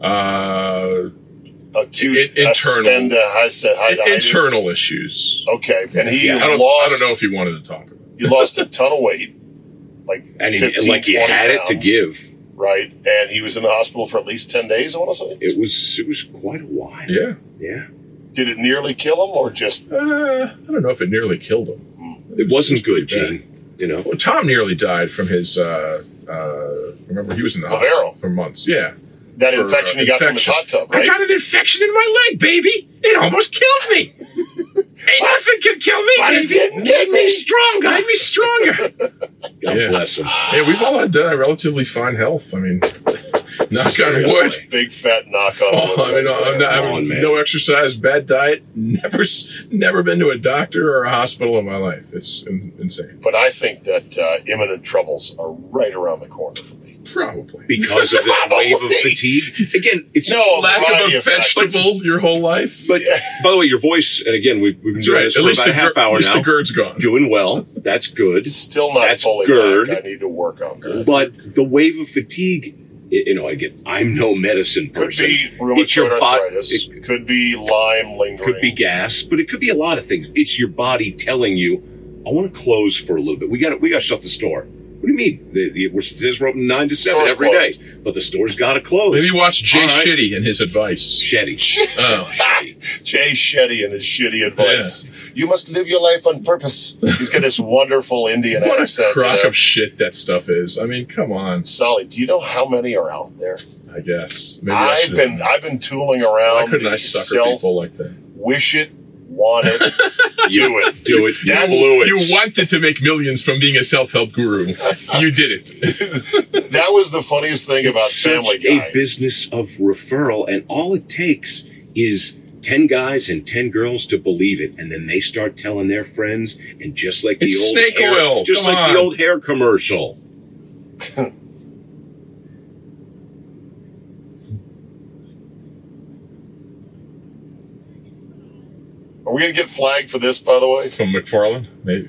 Speaker 2: Uh,
Speaker 4: Acute
Speaker 2: In- internal.
Speaker 4: internal.
Speaker 2: internal issues.
Speaker 4: Okay, and he
Speaker 3: Yeah,
Speaker 2: I don't, I
Speaker 4: lost.
Speaker 2: don't know if he wanted to talk about. it.
Speaker 4: he lost a ton of weight, like
Speaker 3: And, he,
Speaker 4: 15,
Speaker 3: and like he
Speaker 4: 20
Speaker 3: had it to
Speaker 4: pounds,
Speaker 3: give.
Speaker 4: right? And he was in the hospital for at least ten days. I want to say.
Speaker 3: It was, it was quite a while.
Speaker 2: Yeah,
Speaker 3: yeah.
Speaker 4: Did it nearly kill him, or just
Speaker 2: uh, I don't know if it nearly killed him.
Speaker 3: It wasn't good,
Speaker 2: pretty
Speaker 3: Gene. You know,
Speaker 2: Well, Tom nearly died from his. Uh, uh, remember, he was in the
Speaker 4: Lavero.
Speaker 2: hospital for months. Yeah,
Speaker 4: that
Speaker 2: For, uh,
Speaker 4: infection he got
Speaker 2: infection.
Speaker 4: from his hot tub? Right?
Speaker 2: an infection in my leg, baby. It almost killed me. Ain't nothing could kill me.
Speaker 4: But it didn't get me.
Speaker 2: stronger. Made me stronger.
Speaker 3: God
Speaker 2: Yeah.
Speaker 3: bless him.
Speaker 2: Yeah, we've all had uh, relatively fine health. I mean, knock on wood.
Speaker 3: Seriously.
Speaker 4: Big fat knock on. wood
Speaker 2: Oh, I mean,
Speaker 4: right there.
Speaker 2: I'm not, I
Speaker 3: Come on,
Speaker 2: mean,
Speaker 3: man.
Speaker 2: no exercise, bad diet. Never, s- never been to a doctor or a hospital in my life. It's in, insane.
Speaker 4: But I think that uh, imminent troubles are right around the corner for me.
Speaker 2: Probably
Speaker 3: Because of this wave of fatigue. Again, it's
Speaker 4: No, a
Speaker 2: lack
Speaker 4: variety
Speaker 2: of a
Speaker 4: of factors.
Speaker 2: vegetable your whole life.
Speaker 3: But by the way, your voice, and again, we've, we've been
Speaker 2: That's
Speaker 3: doing
Speaker 2: right.
Speaker 3: this
Speaker 2: At
Speaker 3: for
Speaker 2: least
Speaker 3: about
Speaker 2: the
Speaker 3: a half
Speaker 2: GERD-
Speaker 3: hour
Speaker 2: at least
Speaker 3: now.
Speaker 2: the GERD's gone.
Speaker 3: Doing well. That's good.
Speaker 4: Still not
Speaker 3: That's
Speaker 4: fully
Speaker 3: GERD.
Speaker 4: back. I need to work on that.
Speaker 3: But the wave of fatigue, y- you know, again, I'm no medicine
Speaker 4: Could
Speaker 3: person.
Speaker 4: be rheumatoid
Speaker 3: body.
Speaker 4: arthritis.
Speaker 3: It
Speaker 4: could be Lyme lingering.
Speaker 3: could be gas, but it could be a lot of things. It's your body telling you, I want to close for a little bit. We got to we got to shut the store. What do you mean? The, the, we're, it says we're open nine to seven
Speaker 4: Store's
Speaker 3: every day, but the store's got to close.
Speaker 2: Maybe watch Jay
Speaker 3: All right.
Speaker 2: Shetty and his advice.
Speaker 3: Shetty.
Speaker 2: Oh,
Speaker 4: Jay Shetty and his shitty advice. You must live your life on purpose. He's got this wonderful Indian
Speaker 2: what a
Speaker 4: accent.
Speaker 2: crock
Speaker 4: there.
Speaker 2: of shit that stuff is. I mean, come on.
Speaker 4: Solly, do you know how many are out there?
Speaker 2: I guess. Maybe I
Speaker 4: I've
Speaker 2: should've-
Speaker 4: been I've been tooling
Speaker 2: Why
Speaker 4: around.
Speaker 2: couldn't I
Speaker 4: these
Speaker 2: sucker
Speaker 4: self-
Speaker 2: people like that?
Speaker 4: wish it, want it, do it.
Speaker 3: Do it.
Speaker 4: That's-
Speaker 3: blew it.
Speaker 2: You wanted to make millions from being a self-help guru. You did it.
Speaker 4: That was the funniest thing about
Speaker 3: It's
Speaker 4: Family
Speaker 3: such
Speaker 4: Guy.
Speaker 3: a business of referral, and all it takes is ten guys and ten girls to believe it, and then they start telling their friends, and just like the
Speaker 2: It's
Speaker 3: old
Speaker 2: snake
Speaker 3: hair,
Speaker 2: oil.
Speaker 3: just
Speaker 2: Come
Speaker 3: like
Speaker 2: on.
Speaker 3: the old hair commercial.
Speaker 4: Are we gonna get flagged for this, by the way?
Speaker 2: From McFarland, maybe.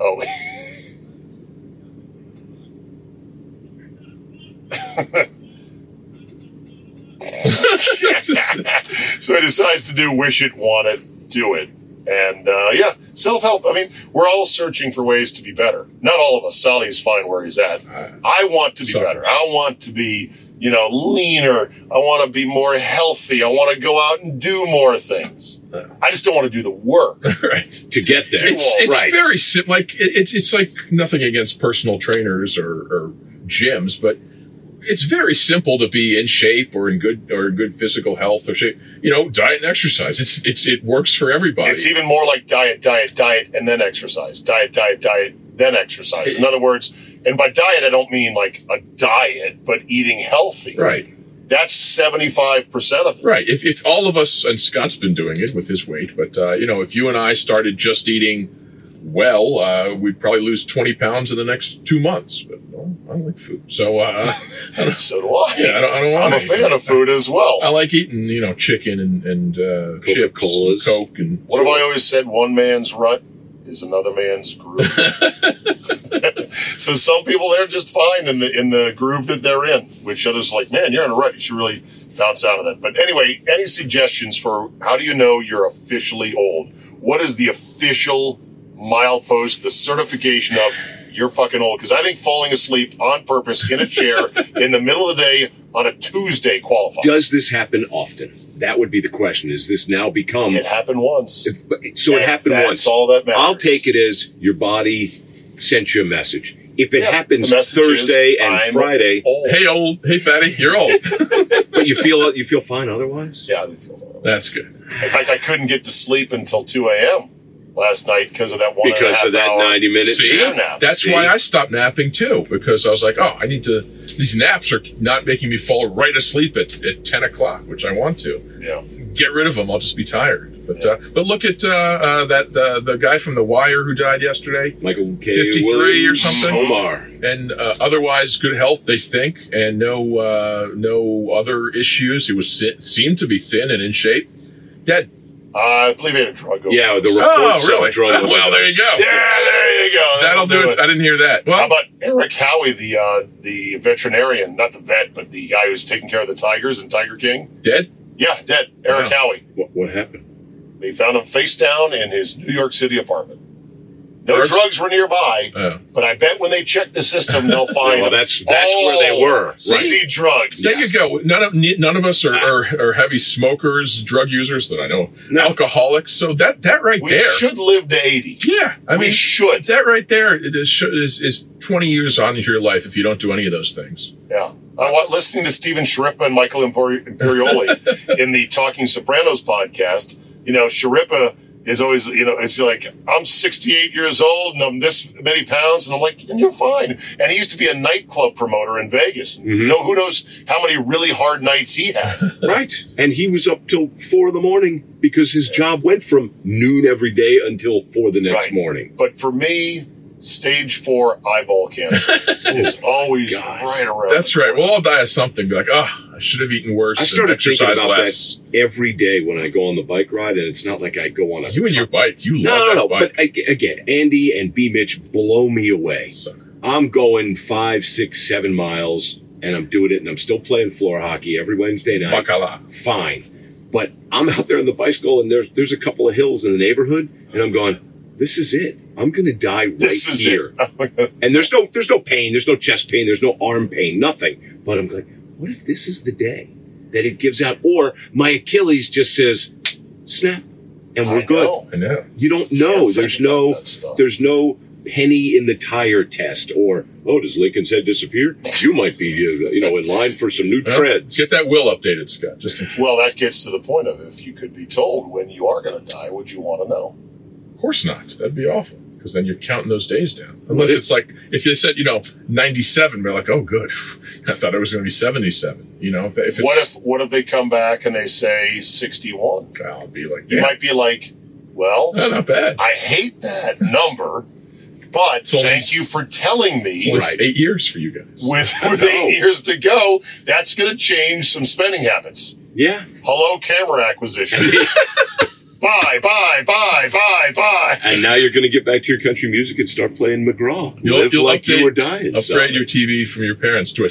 Speaker 4: Oh. so he decides to do wish it, want it, do it. And uh, yeah, self help. I mean, we're all searching for ways to be better. Not all of us. Sally's fine where he's at.
Speaker 2: Uh,
Speaker 4: I want to be
Speaker 2: Sucker.
Speaker 4: better. I want to be you know, leaner. I want to be more healthy. I want to go out and do more things. I just don't want to do the work.
Speaker 2: right.
Speaker 3: to get there.
Speaker 2: It's it's
Speaker 3: Right.
Speaker 2: very sim- like it, it's it's like nothing against personal trainers or, or gyms, but it's very simple to be in shape or in good or in good physical health or shape. You know, diet and exercise. It's it's it works for everybody.
Speaker 4: It's even more like diet, diet, diet, and then exercise. Diet, diet, diet, then exercise. In other words, and by diet, I don't mean like a diet, but eating healthy.
Speaker 2: right.
Speaker 4: That's 75% of it.
Speaker 2: Right. If, if all of us, and Scott's been doing it with his weight, but, uh, you know, if you and I started just eating well, uh, we'd probably lose 20 pounds in the next two months. But well, I don't like food. So, uh,
Speaker 4: So do I.
Speaker 2: yeah, I don't, I don't
Speaker 4: I'm
Speaker 2: want
Speaker 4: a fan of food as well.
Speaker 2: I like eating, you know, chicken and, and uh, chips, and
Speaker 3: Coca-Colas.
Speaker 2: Coke, and
Speaker 4: What have I always said? One man's rut is another man's groove. so some people they're just fine in the in the groove that they're in, which others are like, man, you're in a rut. You should really bounce out of that. But anyway, any suggestions for how do you know you're officially old? What is the official milepost, the certification of you're fucking old? Because I think falling asleep on purpose in a chair in the middle of the day on a Tuesday qualifies.
Speaker 3: Does this happen often? That would be the question. Is this now become
Speaker 4: it happened once?
Speaker 3: so it
Speaker 4: And
Speaker 3: happened
Speaker 4: that's
Speaker 3: once.
Speaker 4: all that matters.
Speaker 3: I'll take it as your body sent you a message. If it
Speaker 4: Yeah,
Speaker 3: happens
Speaker 4: the message is,
Speaker 3: Thursday and
Speaker 4: I'm
Speaker 3: Friday,
Speaker 4: old.
Speaker 2: hey, old, hey, fatty, you're old.
Speaker 3: but you feel you feel fine otherwise.
Speaker 4: Yeah, I didn't feel fine.
Speaker 2: That's good.
Speaker 4: In fact, I couldn't get to sleep until 2 a.m. last night because of that one and a
Speaker 3: Because
Speaker 4: half
Speaker 3: of that
Speaker 4: hour
Speaker 3: 90 minute
Speaker 4: See?
Speaker 3: nap.
Speaker 4: nap.
Speaker 2: That's
Speaker 3: See?
Speaker 2: why I stopped napping too, because I was like, oh, I need to, these naps are not making me fall right asleep at, at 10 o'clock, which I want to.
Speaker 4: yeah.
Speaker 2: get rid of them. I'll just be tired. But uh, but look at uh, uh, that the the guy from The Wire who died yesterday,
Speaker 3: Michael K.
Speaker 2: 53 or
Speaker 3: Williams,
Speaker 2: something?
Speaker 3: Omar.
Speaker 2: and uh, otherwise good health they think, and no uh, no other issues. He was si- seemed to be thin and in shape. Dead.
Speaker 4: Uh, I believe he had a drug overdose.
Speaker 3: Yeah, the
Speaker 2: Oh,
Speaker 3: reports on
Speaker 2: really?
Speaker 3: drug
Speaker 2: well, there you go.
Speaker 4: Yeah, there you go.
Speaker 2: That'll do it. I didn't hear that.
Speaker 4: How
Speaker 2: Well,
Speaker 4: about Eric Howie, the uh, the veterinarian, not the vet, but the guy who's taking care of the tigers and Tiger King?
Speaker 2: dead.
Speaker 4: Yeah, dead. Eric
Speaker 2: Wow.
Speaker 4: Howie.
Speaker 3: What, what happened?
Speaker 4: They found him face down in his New York City apartment. No
Speaker 2: Drugs?
Speaker 4: drugs were nearby,
Speaker 2: Uh,
Speaker 4: but I bet when they check the system, they'll find.
Speaker 3: well, that's that's where they were.
Speaker 4: See, drugs.
Speaker 2: there you go. None of ne- none of us are, are, are heavy smokers, drug users that I know,
Speaker 3: No.
Speaker 2: alcoholics. So that that right
Speaker 4: We
Speaker 2: there,
Speaker 4: should live to 80.
Speaker 2: yeah. I
Speaker 4: we
Speaker 2: mean,
Speaker 4: should.
Speaker 2: That right there it is, should- is is twenty years on into your life if you don't do any of those things.
Speaker 4: Yeah. I want listening to Stephen Sharippa and Michael Imperi- Imperioli in the Talking Sopranos podcast. You know, Sharippa is always, you know, it's like, I'm 68 years old and I'm this many pounds. And I'm like, and you're fine. And he used to be a nightclub promoter in Vegas.
Speaker 3: Mm-hmm.
Speaker 4: You know, who knows how many really hard nights he had.
Speaker 3: Right. And he was up till four in the morning because his job went from noon every day until four the next
Speaker 4: Right.
Speaker 3: morning.
Speaker 4: But for me, stage four eyeball cancer
Speaker 3: Oh
Speaker 4: is always
Speaker 3: God.
Speaker 4: right around.
Speaker 2: That's right. We'll all die of something. Be like, oh, I should have eaten worse.
Speaker 3: I started
Speaker 2: and
Speaker 3: thinking
Speaker 2: exercised
Speaker 3: about
Speaker 2: less.
Speaker 3: that every day when I go on the bike ride, and it's not like I go on a
Speaker 2: You and your bike. You
Speaker 3: no,
Speaker 2: love
Speaker 3: no,
Speaker 2: that
Speaker 3: no.
Speaker 2: bike.
Speaker 3: But ag- again, Andy and B Mitch blow me away.
Speaker 2: Sucker.
Speaker 3: I'm going five, six, seven miles, and I'm doing it, and I'm still playing floor hockey every Wednesday night.
Speaker 2: Bacala.
Speaker 3: Fine, but I'm out there on the bicycle, and there's there's a couple of hills in the neighborhood, and I'm going. This is it. I'm gonna die right
Speaker 4: This is it.
Speaker 3: here. and there's no there's no pain, there's no chest pain, there's no arm pain, nothing. But I'm like, what if this is the day that it gives out, or my Achilles just says, snap, and we're
Speaker 4: I
Speaker 3: good.
Speaker 4: know.
Speaker 2: I know.
Speaker 3: You don't
Speaker 4: Can't
Speaker 3: know.
Speaker 4: think
Speaker 3: There's
Speaker 4: about
Speaker 3: no
Speaker 4: that stuff.
Speaker 3: there's no penny in the tire test or oh does Lincoln's head disappear? You might be uh, you know in line for some new
Speaker 2: Well,
Speaker 3: treads.
Speaker 2: Get that will updated, Scott. Just in case.
Speaker 4: Well, that gets to the point of if you could be told when you are going to die, would you want to know?
Speaker 2: Of course not. That'd be awful. Because then you're counting those days down. Unless it's like if they said, you know, 97, they're like, oh, good. I thought it was going to be 77. You know, if, if it's,
Speaker 4: What if what if they come back and they say sixty one?
Speaker 2: I'll be like,
Speaker 4: You
Speaker 2: yeah,
Speaker 4: might be like, well,
Speaker 2: no, not bad.
Speaker 4: I hate that number, but
Speaker 2: It's only-
Speaker 4: thank you for telling
Speaker 2: It's
Speaker 4: me.
Speaker 2: only eight years for you guys.
Speaker 4: With, with eight years to go, that's going to change some spending habits.
Speaker 3: yeah.
Speaker 4: Hello, camera acquisition. bye, bye, bye, bye, bye.
Speaker 3: And now you're going to get back to your country music and start playing McGraw. Live like you were dying.
Speaker 2: Upgrade
Speaker 3: son.
Speaker 2: your TV from your parents to a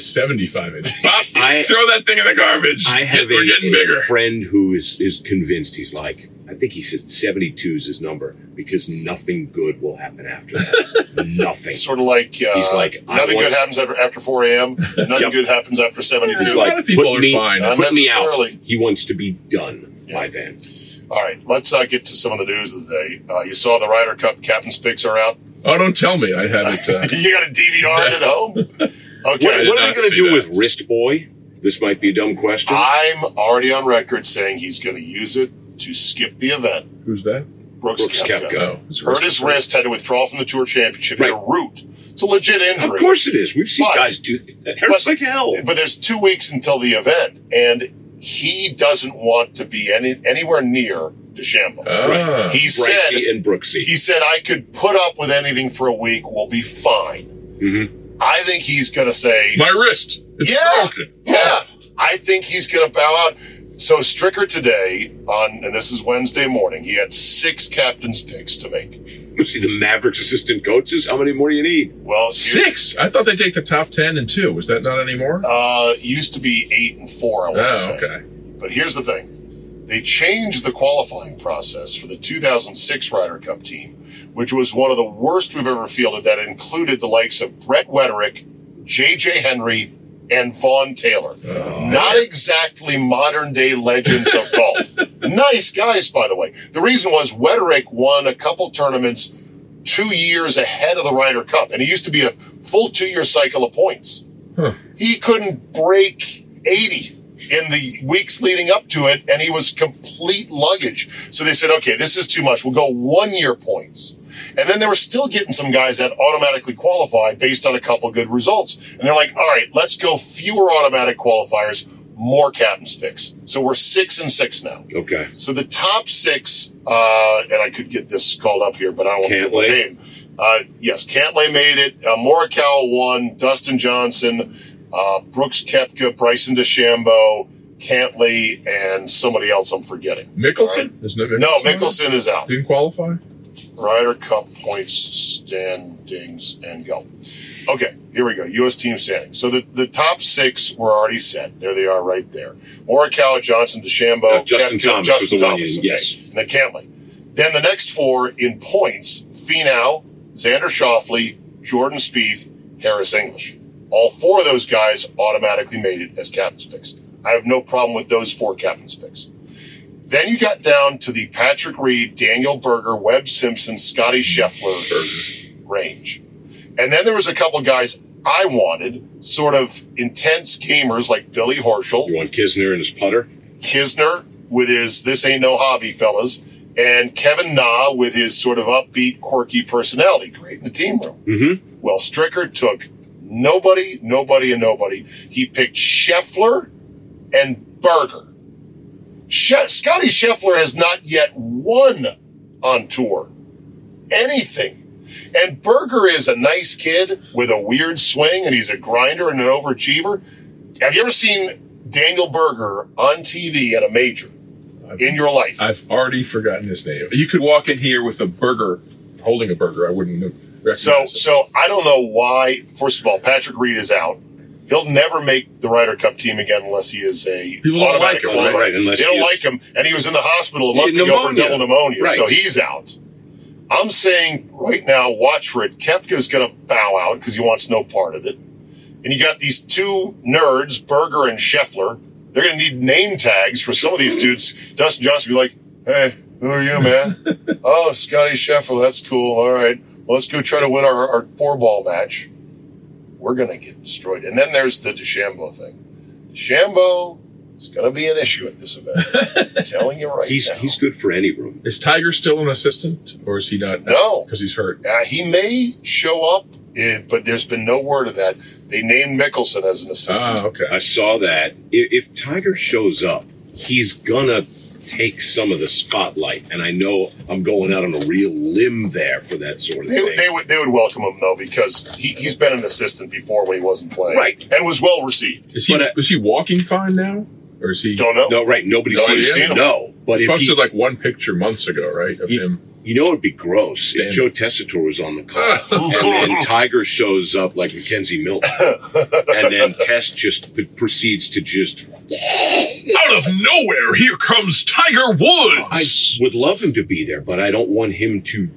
Speaker 2: 75 inch. Bop,
Speaker 3: I-
Speaker 2: throw that thing in the garbage.
Speaker 3: I have
Speaker 2: We're
Speaker 3: a,
Speaker 2: getting
Speaker 3: a
Speaker 2: bigger.
Speaker 3: friend who is is convinced. He's like, I think he said 72 is his number because nothing good will happen after that. nothing.
Speaker 4: It's sort of like uh,
Speaker 3: He's like, I
Speaker 4: nothing
Speaker 3: want-
Speaker 4: good happens after, after 4 a.m. Nothing
Speaker 3: Yep.
Speaker 4: good happens after 72.
Speaker 3: He's
Speaker 2: A lot
Speaker 3: like,
Speaker 2: of people
Speaker 3: put
Speaker 2: are
Speaker 3: me,
Speaker 2: fine.
Speaker 3: Put me out.
Speaker 4: Unnecessarily.
Speaker 3: He wants to be done by then.
Speaker 4: All right, let's uh, get to some of the news of the day. Uh, you saw the Ryder Cup captain's picks are out.
Speaker 2: Oh, don't tell me. I haven't. Uh,
Speaker 4: you got a DVR it at home?
Speaker 3: What,
Speaker 4: Okay.
Speaker 2: did
Speaker 3: what are they going
Speaker 2: not
Speaker 3: to
Speaker 2: see
Speaker 3: do
Speaker 2: that.
Speaker 3: with Wrist Boy? This might be a dumb question.
Speaker 4: I'm already on record saying he's going to use it to skip the event.
Speaker 2: who's that?
Speaker 4: Brooks,
Speaker 3: Brooks
Speaker 4: Koepka.
Speaker 3: Koepka.
Speaker 2: Oh, it's
Speaker 4: Hurt his wrist, had to withdraw from the tour championship. Had a
Speaker 3: Right.
Speaker 4: root. It's a legit injury.
Speaker 3: Of course it is. We've seen
Speaker 4: But-
Speaker 3: guys do that. Hurts like hell.
Speaker 4: But there's two weeks until the event, and he doesn't want to be any anywhere near DeChambeau.
Speaker 2: Ah.
Speaker 4: he
Speaker 3: Bricey
Speaker 4: said
Speaker 3: and Brooksy.
Speaker 4: he said I could put up with anything for a week. We'll be fine.
Speaker 3: Mhm.
Speaker 2: Mm-hmm.
Speaker 4: I think he's going to say,
Speaker 2: My wrist. It's
Speaker 4: Yeah.
Speaker 2: broken.
Speaker 4: yeah. I think he's going to bow out. So Stricker today on, and this is Wednesday morning. He had six captain's picks to make.
Speaker 3: See the Mavericks assistant coaches. How many more do you need?
Speaker 4: Well,
Speaker 2: Six. I thought they take the top ten and two. Was that not anymore?
Speaker 4: Uh, used to be eight and four. I want to
Speaker 2: oh,
Speaker 4: say.
Speaker 2: okay.
Speaker 4: But here's the thing they changed the qualifying process for the 2006 Ryder Cup team, which was one of the worst we've ever fielded, that included the likes of Brett Wetterick, J.J. Henry, and Vaughn Taylor. Not exactly modern day legends of golf. nice guys, by the way. The reason was Wetterick won a couple tournaments two years ahead of the Ryder Cup, and he used to be a full two year cycle of points he couldn't break 80 in the weeks leading up to it, and he was complete luggage. So they said, okay, this is too much. We'll go one year points. And then they were still getting some guys that automatically qualified based on a couple good results. And they're like, all right, let's go fewer automatic qualifiers, more captain's picks. So we're six and six now.
Speaker 3: Okay.
Speaker 4: So the top six, uh, and I could get this called up here, but I don't want to give the
Speaker 3: Cantlay?
Speaker 4: name. Uh, yes, Cantlay made it. Uh, Morikawa won. Dustin Johnson, uh, Brooks Kepka, Bryson DeChambeau, Cantley, and somebody else I'm forgetting.
Speaker 2: Mickelson? Isn't it Mickelson?
Speaker 4: No, Mickelson is out.
Speaker 2: didn't qualify.
Speaker 4: Ryder Cup points, standings, and go. Okay, here we go. U.S. team standings. So the, the top six were already set. There they are right there. Morikawa, Johnson, DeChambeau,
Speaker 3: Uh, Justin
Speaker 4: Koepka,
Speaker 3: Thomas was the one you- yes.
Speaker 4: And then Cantley. Then the next four in points, Finau, Xander Shoffley, Jordan Spieth, Harris English. All four of those guys automatically made it as captain's picks. I have no problem with those four captain's picks. Then you got down to the Patrick Reed, Daniel Berger, Webb Simpson, Scotty Scheffler range. And then there was a couple guys I wanted, sort of intense gamers like Billy Horschel,
Speaker 3: You want Kisner and his putter?
Speaker 4: Kisner with his This Ain't No Hobby, fellas, and Kevin Na with his sort of upbeat, quirky personality. Great in the team room.
Speaker 3: Mm-hmm.
Speaker 4: Well, Stricker took nobody, nobody, and nobody. He picked Scheffler and Berger. She- Scotty Scheffler has not yet won on tour anything. And Berger is a nice kid with a weird swing, and he's a grinder and an overachiever. Have you ever seen Daniel Berger on TV at a major in your life?
Speaker 2: I've already forgotten his name. You could walk in here with a burger, holding a burger. I wouldn't have recognized
Speaker 4: So,
Speaker 2: it.
Speaker 4: so I don't know why. First of all, Patrick Reed is out. He'll never make the Ryder Cup team again unless he is a
Speaker 2: People don't
Speaker 4: automatic
Speaker 2: like him,
Speaker 4: qualifier.
Speaker 3: right, right, unless
Speaker 4: they
Speaker 3: he
Speaker 4: don't
Speaker 3: is-
Speaker 4: like him, and he was in the hospital a month
Speaker 3: Yeah,
Speaker 4: ago for
Speaker 3: pneumonia.
Speaker 4: double pneumonia, so
Speaker 3: Right.
Speaker 4: he's out. I'm saying right now, watch for it. Kepka's going to bow out because he wants no part of it. And you got these two nerds, Berger and Scheffler. They're going to need name tags for some of these dudes. Dustin Johnson will be like, hey, who are you, man? oh, Scotty Scheffler. That's cool. All right. Well, let's go try to win our, our four ball match. We're going to get destroyed. And then there's the DeChambeau thing. DeChambeau is going to be an issue at this event. I'm telling you right
Speaker 3: He's
Speaker 4: now.
Speaker 3: he's good for any room.
Speaker 2: Is Tiger still an assistant, or is he not?
Speaker 4: No.
Speaker 2: because he's hurt.
Speaker 4: Uh, he may show up, eh, but there's been no word of that. They named Mickelson as an assistant.
Speaker 3: Oh.
Speaker 2: Ah, okay.
Speaker 3: I saw that. If, if Tiger shows up, he's gonna take some of the spotlight. And I know I'm going out on a real limb there for that sort of
Speaker 4: They,
Speaker 3: thing.
Speaker 4: they would they would welcome him though because he, he's been an assistant before when he wasn't playing,
Speaker 3: Right.
Speaker 4: And was well received.
Speaker 2: Is he
Speaker 3: But, uh,
Speaker 2: is he walking fine now, or is he?
Speaker 4: Don't know.
Speaker 3: no, right? Nobody's
Speaker 4: Nobody's
Speaker 3: seen,
Speaker 4: seen him.
Speaker 3: him. No, but if he,
Speaker 2: posted like one picture months ago, right? Of
Speaker 3: You-
Speaker 2: him.
Speaker 3: You know, it'd be gross if
Speaker 2: Stand-
Speaker 3: Joe Tessitore was on the
Speaker 2: Oh,
Speaker 3: call and then Tiger shows up like Mackenzie Milton, and then Tess just p- proceeds to just
Speaker 2: out of nowhere, here comes Tiger
Speaker 3: I
Speaker 2: Woods.
Speaker 3: would love him to be there, but I don't want him to.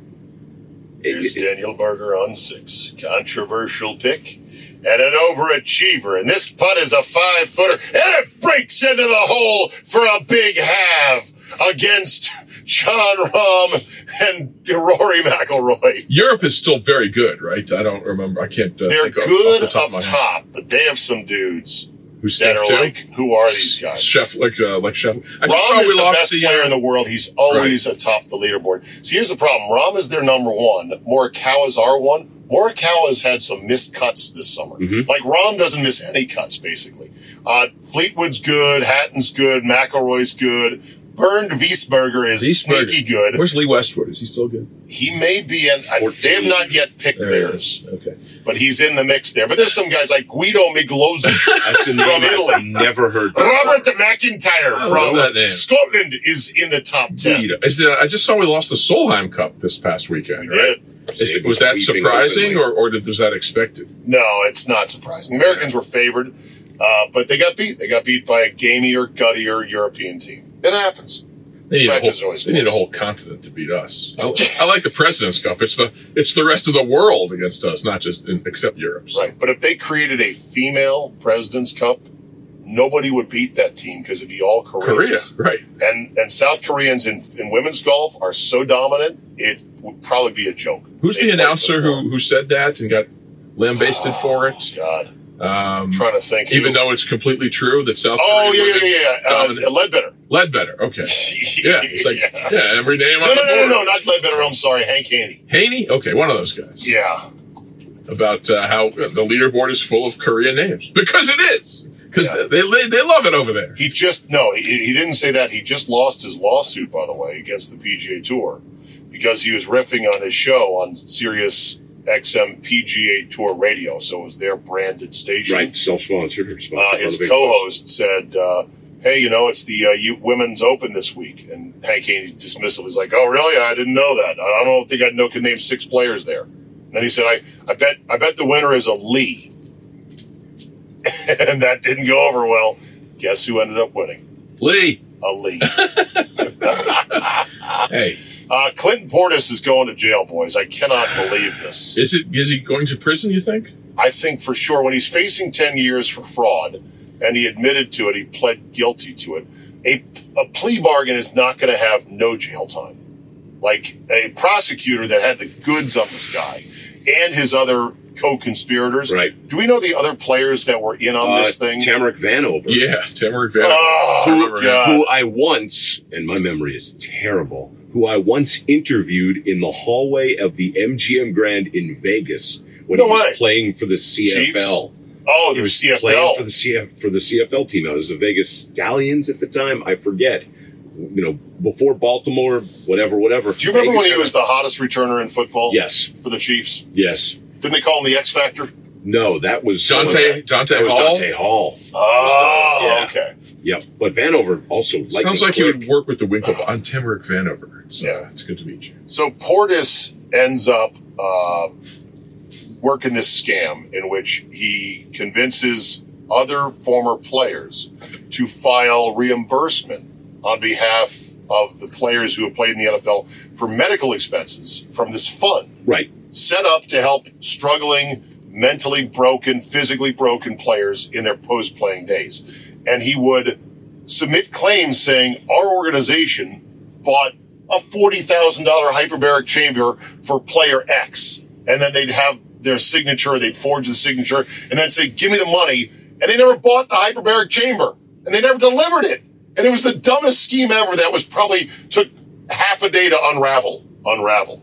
Speaker 4: Here's Daniel Berger on six. Controversial pick and an overachiever. And this putt is a five footer and it breaks into the hole for a big halve against John Rahm and Rory McIlroy.
Speaker 2: Europe is still very good, right? I don't remember. I can't. Uh,
Speaker 4: They're
Speaker 2: think off-
Speaker 4: good
Speaker 2: off the top of
Speaker 4: up
Speaker 2: my head.
Speaker 4: top, but they have some dudes
Speaker 2: Who
Speaker 4: that
Speaker 2: stink
Speaker 4: are
Speaker 2: too?
Speaker 4: like, who are these guys?
Speaker 2: Chef, like uh, like Chef. I just
Speaker 4: Rom
Speaker 2: saw we
Speaker 4: is the
Speaker 2: lost
Speaker 4: best
Speaker 2: the.
Speaker 4: player
Speaker 2: uh,
Speaker 4: in the world. He's always atop the leaderboard. So here's the problem: Rom is their number one. Morikawa's our one. Morikawa's had some missed cuts this summer.
Speaker 2: Mm-hmm.
Speaker 4: Like Rom doesn't miss any cuts basically. Uh, Fleetwood's good. Hatton's good. McElroy's good. Burned Wiesberger is
Speaker 2: Wiesberger.
Speaker 4: sneaky good.
Speaker 2: Where's Lee Westwood? Is he still good?
Speaker 4: He may be in. I, they have not yet picked
Speaker 2: There he
Speaker 4: theirs,
Speaker 2: is. Okay.
Speaker 4: but he's in the mix there. But there's some guys like Guido Miglozzi.
Speaker 3: That's a
Speaker 4: From
Speaker 3: name I've
Speaker 4: Italy.
Speaker 3: never heard. before.
Speaker 4: Robert McIntyre
Speaker 2: I love that
Speaker 4: from
Speaker 2: name.
Speaker 4: Scotland is in the top ten.
Speaker 2: Guido. Is the, I just saw we lost the Solheim Cup this past weekend,
Speaker 4: We
Speaker 2: right?
Speaker 3: did.
Speaker 2: Is- was that
Speaker 3: Weeping
Speaker 2: surprising,
Speaker 3: openly.
Speaker 2: or, or did, was that expected?
Speaker 4: No, it's not surprising. The Americans were favored, uh, but they got beat. They got beat by a gamier, guttier European team. It happens.
Speaker 2: They need, a
Speaker 4: Matches
Speaker 2: whole,
Speaker 4: always
Speaker 2: they need a
Speaker 4: close.
Speaker 2: whole continent to beat us. I, I like the President's Cup. It's the it's the rest of the world against us, not just in, except Europe. So
Speaker 4: Right. But if they created a female President's Cup, nobody would beat that team because it'd be all
Speaker 2: Korea,
Speaker 4: Koreans.
Speaker 2: right?
Speaker 4: And and South Koreans in, in women's golf are so dominant, it would probably be a joke.
Speaker 2: Who's
Speaker 4: They've
Speaker 2: the
Speaker 4: played
Speaker 2: announcer
Speaker 4: before.
Speaker 2: who who said that and got lambasted for it?
Speaker 4: God.
Speaker 2: Um,
Speaker 4: I'm trying to think.
Speaker 2: even
Speaker 4: who-
Speaker 2: though it's completely true that South
Speaker 4: Oh,
Speaker 2: Korea
Speaker 4: yeah,
Speaker 2: women
Speaker 4: yeah, yeah, yeah. Uh,
Speaker 2: dominate-
Speaker 4: Ledbetter.
Speaker 2: Ledbetter. Okay, yeah, it's like yeah, every name
Speaker 4: No,
Speaker 2: on
Speaker 4: no,
Speaker 2: the
Speaker 4: no, no,
Speaker 2: board.
Speaker 4: no, not Ledbetter. I'm sorry. Hank Haney.
Speaker 2: Haney. Okay, one of those guys.
Speaker 4: Yeah.
Speaker 2: about uh, how the leaderboard is full of Korean names because it is because
Speaker 4: Yeah.
Speaker 2: they, they they love it over there.
Speaker 4: He just no, he, he didn't say that. He just lost his lawsuit, by the way, against the PGA Tour because he was riffing on his show on Sirius XM PGA Tour Radio, so it was their branded station.
Speaker 3: Right, self-sponsored or
Speaker 4: Uh,
Speaker 3: sponsored.
Speaker 4: his co-host said, uh, "Hey, you know, it's the uh, U- Women's Open this week," and Hank Haney dismissively was like, "Oh, really? I didn't know that. I don't think I know could name six players there." And then he said, "I, I bet, I bet the winner is a Lee," and that didn't go over well. Guess who ended up winning?
Speaker 2: Lee,
Speaker 4: a league.
Speaker 2: hey,
Speaker 4: uh, Clinton Portis is going to jail, boys. I cannot believe this.
Speaker 2: is it is he going to prison? You think?
Speaker 4: I think for sure when he's facing 10 years for fraud and he admitted to it, he pled guilty to it. A, a plea bargain is not going to have no jail time. Like a prosecutor that had the goods on this guy and his other co conspirators.
Speaker 3: Right.
Speaker 4: Do we know the other players that were in on
Speaker 3: Uh,
Speaker 4: this thing?
Speaker 3: Tamarack Vanover.
Speaker 2: Yeah, Tamarick Van.
Speaker 4: Oh,
Speaker 2: Whoever-
Speaker 4: God.
Speaker 3: who I once, and my memory is terrible, who I once interviewed in the hallway of the MGM Grand in Vegas when
Speaker 4: No
Speaker 3: he was
Speaker 4: way.
Speaker 3: playing for the CFL.
Speaker 4: oh,
Speaker 3: He
Speaker 4: the
Speaker 3: was playing for the
Speaker 4: CFL.
Speaker 3: CF for the CFL team. I was the Vegas Stallions at the time. I forget. You know, before Baltimore, whatever, whatever.
Speaker 4: Do you remember
Speaker 3: Vegas
Speaker 4: when he
Speaker 3: had a-
Speaker 4: was the hottest returner in football?
Speaker 3: Yes,
Speaker 4: For the Chiefs?
Speaker 3: yes.
Speaker 4: Didn't they call him the X Factor?
Speaker 3: No, that was
Speaker 2: Dante Dante
Speaker 3: That was
Speaker 2: Hall.
Speaker 3: Dante Hall.
Speaker 4: Oh,
Speaker 3: Yeah.
Speaker 4: okay.
Speaker 3: Yep. But Vanover also lightning
Speaker 2: Sounds like
Speaker 3: quick.
Speaker 2: he would work with the Winklevoss. I'm Tamarick Vanover. It's, uh,
Speaker 4: Yeah.
Speaker 2: it's good to meet you.
Speaker 4: So Portis ends up uh, working this scam in which he convinces other former players to file reimbursement on behalf of the players who have played in the NFL for medical expenses from this fund
Speaker 3: Right.
Speaker 4: set up to help struggling, mentally broken, physically broken players in their post playing days. And he would submit claims saying, Our organization bought a $40,000 hyperbaric chamber for player X. And then they'd have their signature, they'd forge the signature, and then say, Give me the money. And they never bought the hyperbaric chamber and they never delivered it. And it was the dumbest scheme ever that was probably took half a day to unravel, unravel.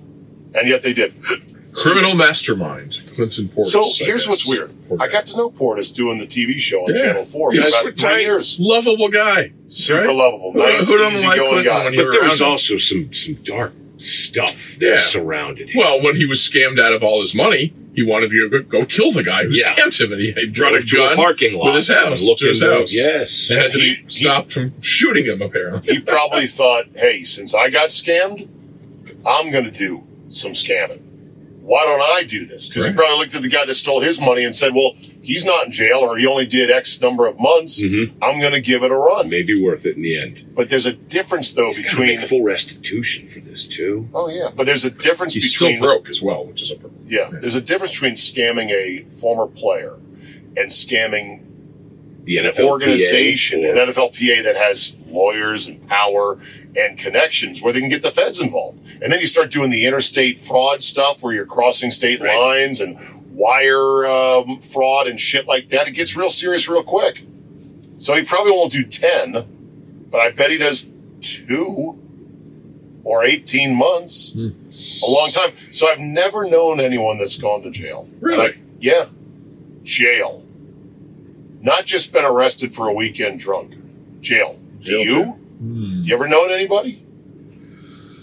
Speaker 4: And yet they did.
Speaker 2: Criminal mastermind, Clinton Portis.
Speaker 4: So
Speaker 2: I
Speaker 4: here's
Speaker 2: guess.
Speaker 4: what's weird.
Speaker 2: Poor
Speaker 4: I
Speaker 2: guy.
Speaker 4: got to know Portis doing the TV show on
Speaker 2: Yeah.
Speaker 4: Channel 4 for
Speaker 2: Yes,
Speaker 4: about
Speaker 2: we're
Speaker 4: three
Speaker 2: tight.
Speaker 4: years.
Speaker 2: lovable guy,
Speaker 4: Super
Speaker 2: right?
Speaker 4: lovable.
Speaker 2: Who-
Speaker 4: Nice,
Speaker 2: who doesn't
Speaker 4: easy
Speaker 2: like
Speaker 4: going
Speaker 2: Clinton when
Speaker 4: guy.
Speaker 2: he-
Speaker 3: But there was
Speaker 2: around him.
Speaker 3: also some some dark stuff that
Speaker 2: Yeah.
Speaker 3: surrounded him.
Speaker 2: Well, when he was scammed out of all his money, he wanted to go, go kill the guy who
Speaker 3: Yeah.
Speaker 2: scammed him, and he, he brought
Speaker 3: Drove
Speaker 2: a
Speaker 3: to
Speaker 2: gun
Speaker 3: parking lot
Speaker 2: with his house,
Speaker 3: looked
Speaker 2: to his
Speaker 3: in the-
Speaker 2: house.
Speaker 3: Yes.
Speaker 2: and had to
Speaker 4: He-
Speaker 2: be stopped from shooting him. Apparently,
Speaker 4: He probably thought, hey, since I got scammed, I'm going to do some scamming. why don't I do this? Because he
Speaker 2: Right.
Speaker 4: probably looked at the guy that stole his money and said, well, he's not in jail or he only did X number of months.
Speaker 2: Mm-hmm.
Speaker 4: I'm going to give it a run.
Speaker 3: May be worth it in the end.
Speaker 4: But there's a difference, though,
Speaker 3: He's gotta
Speaker 4: between.
Speaker 3: make full restitution for this too.
Speaker 4: Oh, yeah. But there's a difference
Speaker 2: He's
Speaker 4: between.
Speaker 2: still broke as well, which is a problem.
Speaker 4: Yeah. There's a difference between scamming a former player and scamming
Speaker 3: The
Speaker 4: an
Speaker 3: NFLPA
Speaker 4: organization,
Speaker 3: or-
Speaker 4: an NFLPA that has lawyers and power and connections where they can get the feds involved. And then you start doing the interstate fraud stuff where you're crossing state
Speaker 3: Right.
Speaker 4: lines and wire um, fraud and shit like that. It gets real serious real quick. So he probably won't do 10, but I bet he does two or 18 months. A long time. So I've never known anyone that's gone to jail.
Speaker 2: Really?
Speaker 4: And I- yeah. Jail not just been arrested for a weekend drunk. Jail. Do
Speaker 3: Jail
Speaker 4: you?
Speaker 2: hmm.
Speaker 4: You ever known anybody?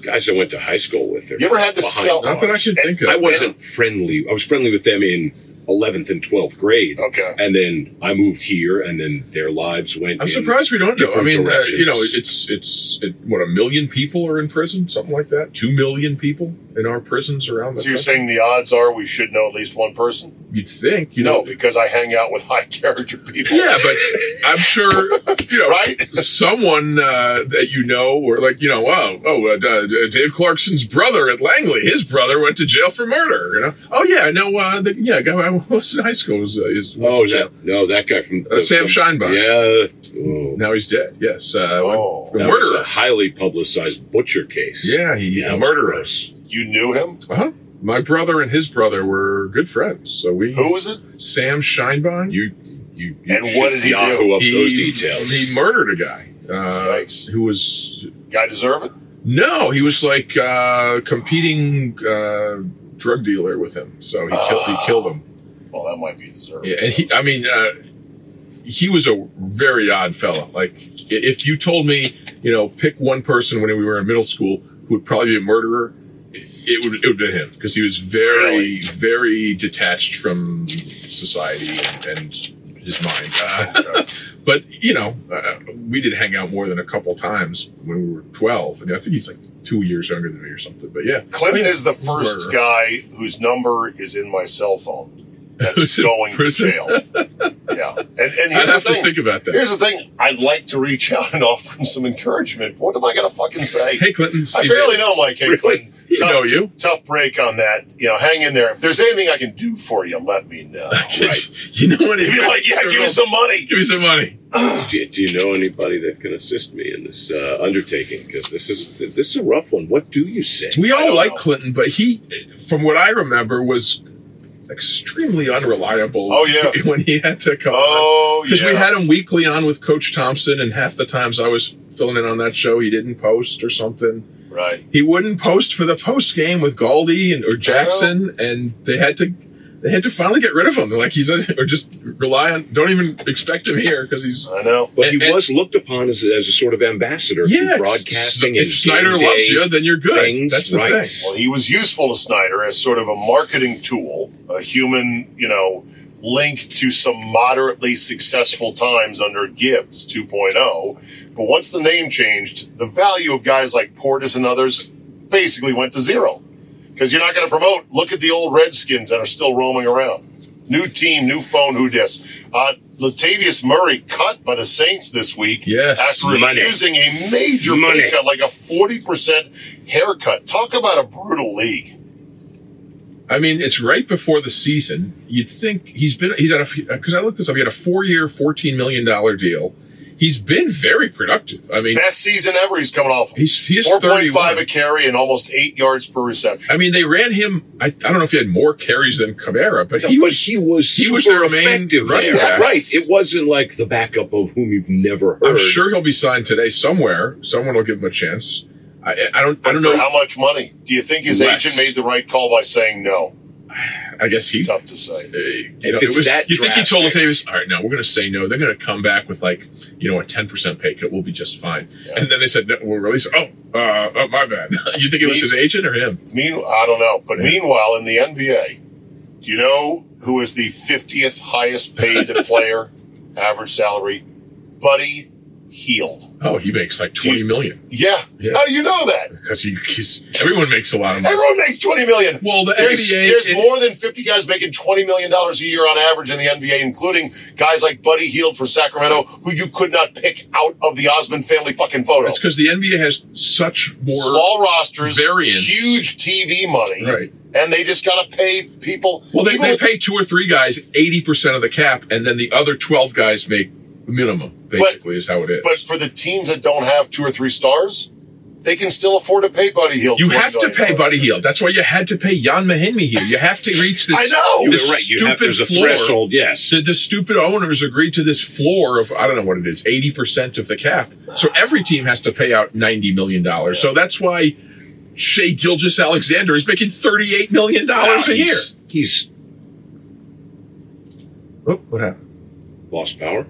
Speaker 3: guys I went to high school with. they're
Speaker 4: You ever had to
Speaker 3: behind
Speaker 4: sell-
Speaker 3: bars.
Speaker 2: Not that I can think of.
Speaker 3: I wasn't friendly. I was friendly with them in 11th and 12th grade.
Speaker 4: Okay.
Speaker 3: And then I moved here, and then their lives went.
Speaker 2: I'm
Speaker 3: in
Speaker 2: surprised we don't know. I
Speaker 3: different
Speaker 2: mean, uh, you know,
Speaker 3: directions.
Speaker 2: it's it's it, what a million people are in prison, something like that. Two million people in our prisons around. The
Speaker 4: So you're
Speaker 2: country.
Speaker 4: saying the odds are we should know at least one person?
Speaker 2: you'd think, you
Speaker 4: no,
Speaker 2: know?
Speaker 4: because I hang out with high character people.
Speaker 2: yeah, but I'm sure you know,
Speaker 4: Right?
Speaker 2: Someone uh, that you know, or like you know, oh, oh, uh, D- D- Dave Clarkson's brother at Langley, his brother went to jail for murder. You know, oh yeah, I know. Uh, the, yeah, guy I was in high school is, uh, is went
Speaker 3: Oh,
Speaker 2: to jail.
Speaker 3: that, no, that guy from
Speaker 2: Uh, Sam
Speaker 3: from-
Speaker 2: Scheinbach.
Speaker 3: Yeah. Oh,
Speaker 2: Now he's dead. Yes, uh,
Speaker 4: Oh.
Speaker 2: the
Speaker 3: that was a
Speaker 2: murderer.
Speaker 3: highly publicized butcher case.
Speaker 2: Yeah, he
Speaker 3: Yeah,
Speaker 2: a
Speaker 3: it was
Speaker 2: murderer.
Speaker 3: gross.
Speaker 4: You knew him?
Speaker 2: Uh-huh. My brother and his brother were good friends. So we
Speaker 4: Who was it?
Speaker 2: Sam Scheinbach.
Speaker 3: You, you, you
Speaker 4: And what
Speaker 3: should
Speaker 4: did he do?
Speaker 3: Yahoo up those details.
Speaker 2: He murdered a guy. Uh,
Speaker 4: Yikes.
Speaker 2: who was
Speaker 4: Guy deserve it?
Speaker 2: no, he was like uh, competing uh, drug dealer with him. So he killed he killed him.
Speaker 4: Well, that might be deserved.
Speaker 2: Yeah, and he, I mean, uh, he was a very odd fella. Like, i- if you told me, you know, pick one person when we were in middle school who would probably be a murderer, i- it would it would have been him because he was very
Speaker 4: Really?
Speaker 2: very detached from society and, and his mind. Uh,
Speaker 4: Okay.
Speaker 2: but you know, uh, we did hang out more than a couple times when we were twelve, and I think he's like two years younger than me or something. But yeah,
Speaker 4: Clinton
Speaker 2: Oh, yeah.
Speaker 4: is the first
Speaker 2: Murderer.
Speaker 4: guy whose number is in my cell phone that's
Speaker 2: Who's in
Speaker 4: going to
Speaker 2: prison?
Speaker 4: jail. Yeah. And, and here's
Speaker 2: I'd have
Speaker 4: the
Speaker 2: to
Speaker 4: thing.
Speaker 2: think about that.
Speaker 4: Here's the thing. I'd like to reach out and offer him some encouragement. What am I going to fucking say?
Speaker 2: Hey, Clinton,
Speaker 4: I
Speaker 2: Steve
Speaker 4: barely
Speaker 2: Bannon.
Speaker 4: know Mike Hey,
Speaker 2: Really?
Speaker 4: Clinton.
Speaker 2: He
Speaker 4: Tough,
Speaker 2: know you.
Speaker 4: tough break on that. You know, hang in there. If there's anything I can do for you, let me know.
Speaker 3: Right.
Speaker 2: You know what?
Speaker 4: He'd be like, yeah, give me some money.
Speaker 2: Give me some money.
Speaker 3: do, do you know anybody that can assist me in this uh, undertaking? Because this is this is a rough one. What do you say?
Speaker 2: We
Speaker 4: I
Speaker 2: all
Speaker 4: don't
Speaker 2: like
Speaker 4: know.
Speaker 2: Clinton, but he, from what I remember, was extremely unreliable.
Speaker 4: Oh, yeah.
Speaker 2: when he had to come.
Speaker 4: Oh,
Speaker 2: because
Speaker 4: yeah.
Speaker 2: we had him weekly on with Coach Thompson, and half the times I was filling in on that show, he didn't post or something.
Speaker 4: right.
Speaker 2: He wouldn't post for the post game with Galdi and or Jackson, and they had to. They had to finally get rid of him. They're Like he's a, or just rely on. Don't even expect him here because he's
Speaker 4: I know.
Speaker 3: But he
Speaker 2: And- and-
Speaker 3: was looked upon as, as a sort of ambassador
Speaker 2: yeah.
Speaker 3: for broadcasting. and
Speaker 2: If Snyder
Speaker 3: day-to-day
Speaker 2: loves you, then you're good.
Speaker 3: things,
Speaker 2: That's the
Speaker 3: right.
Speaker 2: thing.
Speaker 4: Well, he was useful to Snyder as sort of a marketing tool, a human, you know, link to some moderately successful times under Gibbs 2.0. But once the name changed, the value of guys like Portis and others basically went to zero because you're not going to promote. Look at the old Redskins that are still roaming around. New team, new phone, who dis? Uh, Latavius Murray cut by the Saints this week
Speaker 2: Yes.
Speaker 4: after
Speaker 3: Money.
Speaker 4: refusing a major pay
Speaker 3: Money.
Speaker 4: cut, like a 40% haircut. Talk about a brutal league.
Speaker 2: I mean, it's right before the season. You'd think he's been he's had a because I looked this up. He had a four year, fourteen million dollar deal. He's been very productive. I mean,
Speaker 4: Best season ever he's coming off.
Speaker 2: he's he's
Speaker 4: 4.5
Speaker 2: thirty-five.
Speaker 4: a carry and almost eight yards per reception.
Speaker 2: I mean, they ran him. I, I don't know if he had more carries than Camara, but
Speaker 3: No,
Speaker 2: he
Speaker 3: but
Speaker 2: was.
Speaker 3: he was
Speaker 2: he was
Speaker 3: super
Speaker 2: their main
Speaker 3: effective
Speaker 2: running
Speaker 3: there.
Speaker 2: back.
Speaker 3: right. It wasn't like the backup of whom you've never heard.
Speaker 2: I'm sure he'll be signed today somewhere. Someone will give him a chance. I, I don't. I don't
Speaker 4: For
Speaker 2: know.
Speaker 4: how much money? Do you think his
Speaker 2: Less.
Speaker 4: agent made the right call by saying no?
Speaker 2: I guess he.
Speaker 4: Tough to say.
Speaker 2: uh, you know,
Speaker 3: If
Speaker 2: it
Speaker 3: it's
Speaker 2: was,
Speaker 3: that
Speaker 2: you think he told
Speaker 3: drastic.
Speaker 2: Latavius, all right, no, we're going to say no. They're going to come back with like, you know, a 10% pay cut. We'll be just fine. And then they said, no, we'll release it. Oh, uh, oh, my bad. you think it was his agent or him?
Speaker 4: Mean, I don't know. But meanwhile, in the NBA, do you know who is the 50th highest paid player, average salary? Buddy
Speaker 6: healed.
Speaker 2: Oh, he makes like twenty million
Speaker 6: Yeah. How do you know that?
Speaker 2: because he, he's everyone makes a lot of money.
Speaker 6: Everyone makes twenty million.
Speaker 2: Well, the
Speaker 6: there's,
Speaker 2: NBA
Speaker 6: there's
Speaker 2: it-
Speaker 6: more than fifty guys making twenty million dollars a year on average in the NBA, including guys like Buddy Heald for Sacramento, who you could not pick out of the Osmond family fucking photo.
Speaker 2: That's because the NBA has such more.
Speaker 6: Small rosters,
Speaker 2: variance.
Speaker 6: huge TV money,
Speaker 2: Right.
Speaker 6: and they just got to pay people.
Speaker 2: well, they,
Speaker 6: even
Speaker 2: they
Speaker 6: with-
Speaker 2: pay two or three guys eighty percent of the cap, and then the other twelve guys make minimum. Basically, is how it is.
Speaker 6: But for the teams that don't have two or three stars, they can still afford to pay Buddy Hield.
Speaker 2: You
Speaker 6: $20
Speaker 2: have to
Speaker 6: million.
Speaker 2: pay Buddy Heel. That's why you had to pay Jan Mahinmi here. You have to reach this.
Speaker 6: I know.
Speaker 2: This
Speaker 3: You're right. You have,
Speaker 2: stupid
Speaker 3: there's a
Speaker 2: floor.
Speaker 3: threshold. Yes.
Speaker 2: The, the stupid owners agreed to this floor of I don't know what it is, eighty percent of the cap. So every team has to pay out ninety million dollars. So that's why Shea Gilgis Alexander is making thirty-eight million dollars
Speaker 3: Wow,
Speaker 2: a year.
Speaker 3: he's- Ah, He's
Speaker 2: Oh, what happened?
Speaker 3: lost power.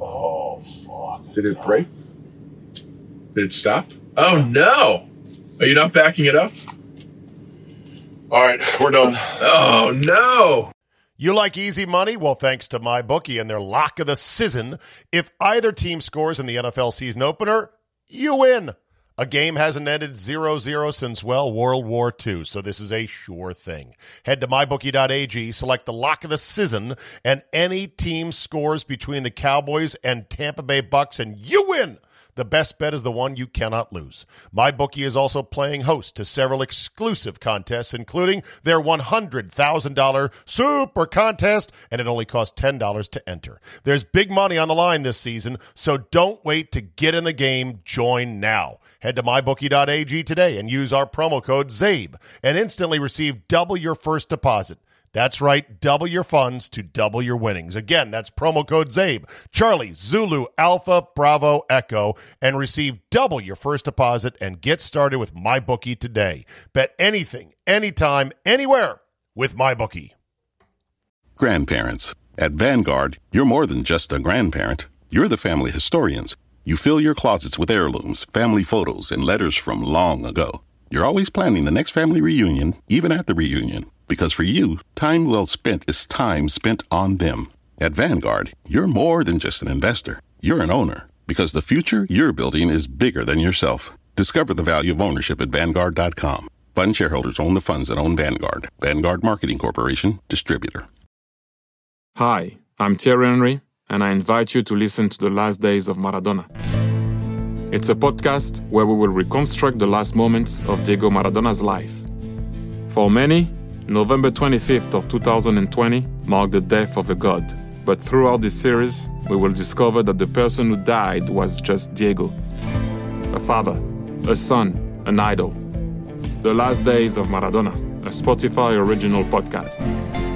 Speaker 6: Oh fuck!
Speaker 2: Did it break? Did it stop? Oh no! Are you not backing it up?
Speaker 6: All right, we're done.
Speaker 2: Oh no!
Speaker 4: You like easy money? Well, thanks to my bookie and their lock of the season. If either team scores in the NFL season opener, you win. A game hasn't ended 0 0 since, well, World War II, so this is a sure thing. Head to mybookie.ag, select the lock of the season, and any team scores between the Cowboys and Tampa Bay Bucks, and you win. The best bet is the one you cannot lose. MyBookie is also playing host to several exclusive contests, including their $100,000 Super Contest, and it only costs $10 to enter. There's big money on the line this season, so don't wait to get in the game. Join now. Head to mybookie.ag today and use our promo code ZABE and instantly receive double your first deposit. That's right, double your funds to double your winnings. Again, that's promo code ZABE, Charlie, Zulu, Alpha, Bravo, Echo, and receive double your first deposit and get started with MyBookie today. Bet anything, anytime, anywhere with MyBookie.
Speaker 5: Grandparents. At Vanguard, you're more than just a grandparent. You're the family historians. You fill your closets with heirlooms, family photos, and letters from long ago. You're always planning the next family reunion, even at the reunion, because for you, time well spent is time spent on them. At Vanguard, you're more than just an investor, you're an owner, because the future you're building is bigger than yourself. Discover the value of ownership at Vanguard.com. Fund shareholders own the funds that own Vanguard. Vanguard Marketing Corporation, distributor.
Speaker 7: Hi, I'm Thierry Henry, and I invite you to listen to The Last Days of Maradona. It's a podcast where we will reconstruct the last moments of Diego Maradona's life. For many, November 25th of 2020 marked the death of a god. But throughout this series, we will discover that the person who died was just Diego. A father, a son, an idol. The Last Days of Maradona, a Spotify original podcast.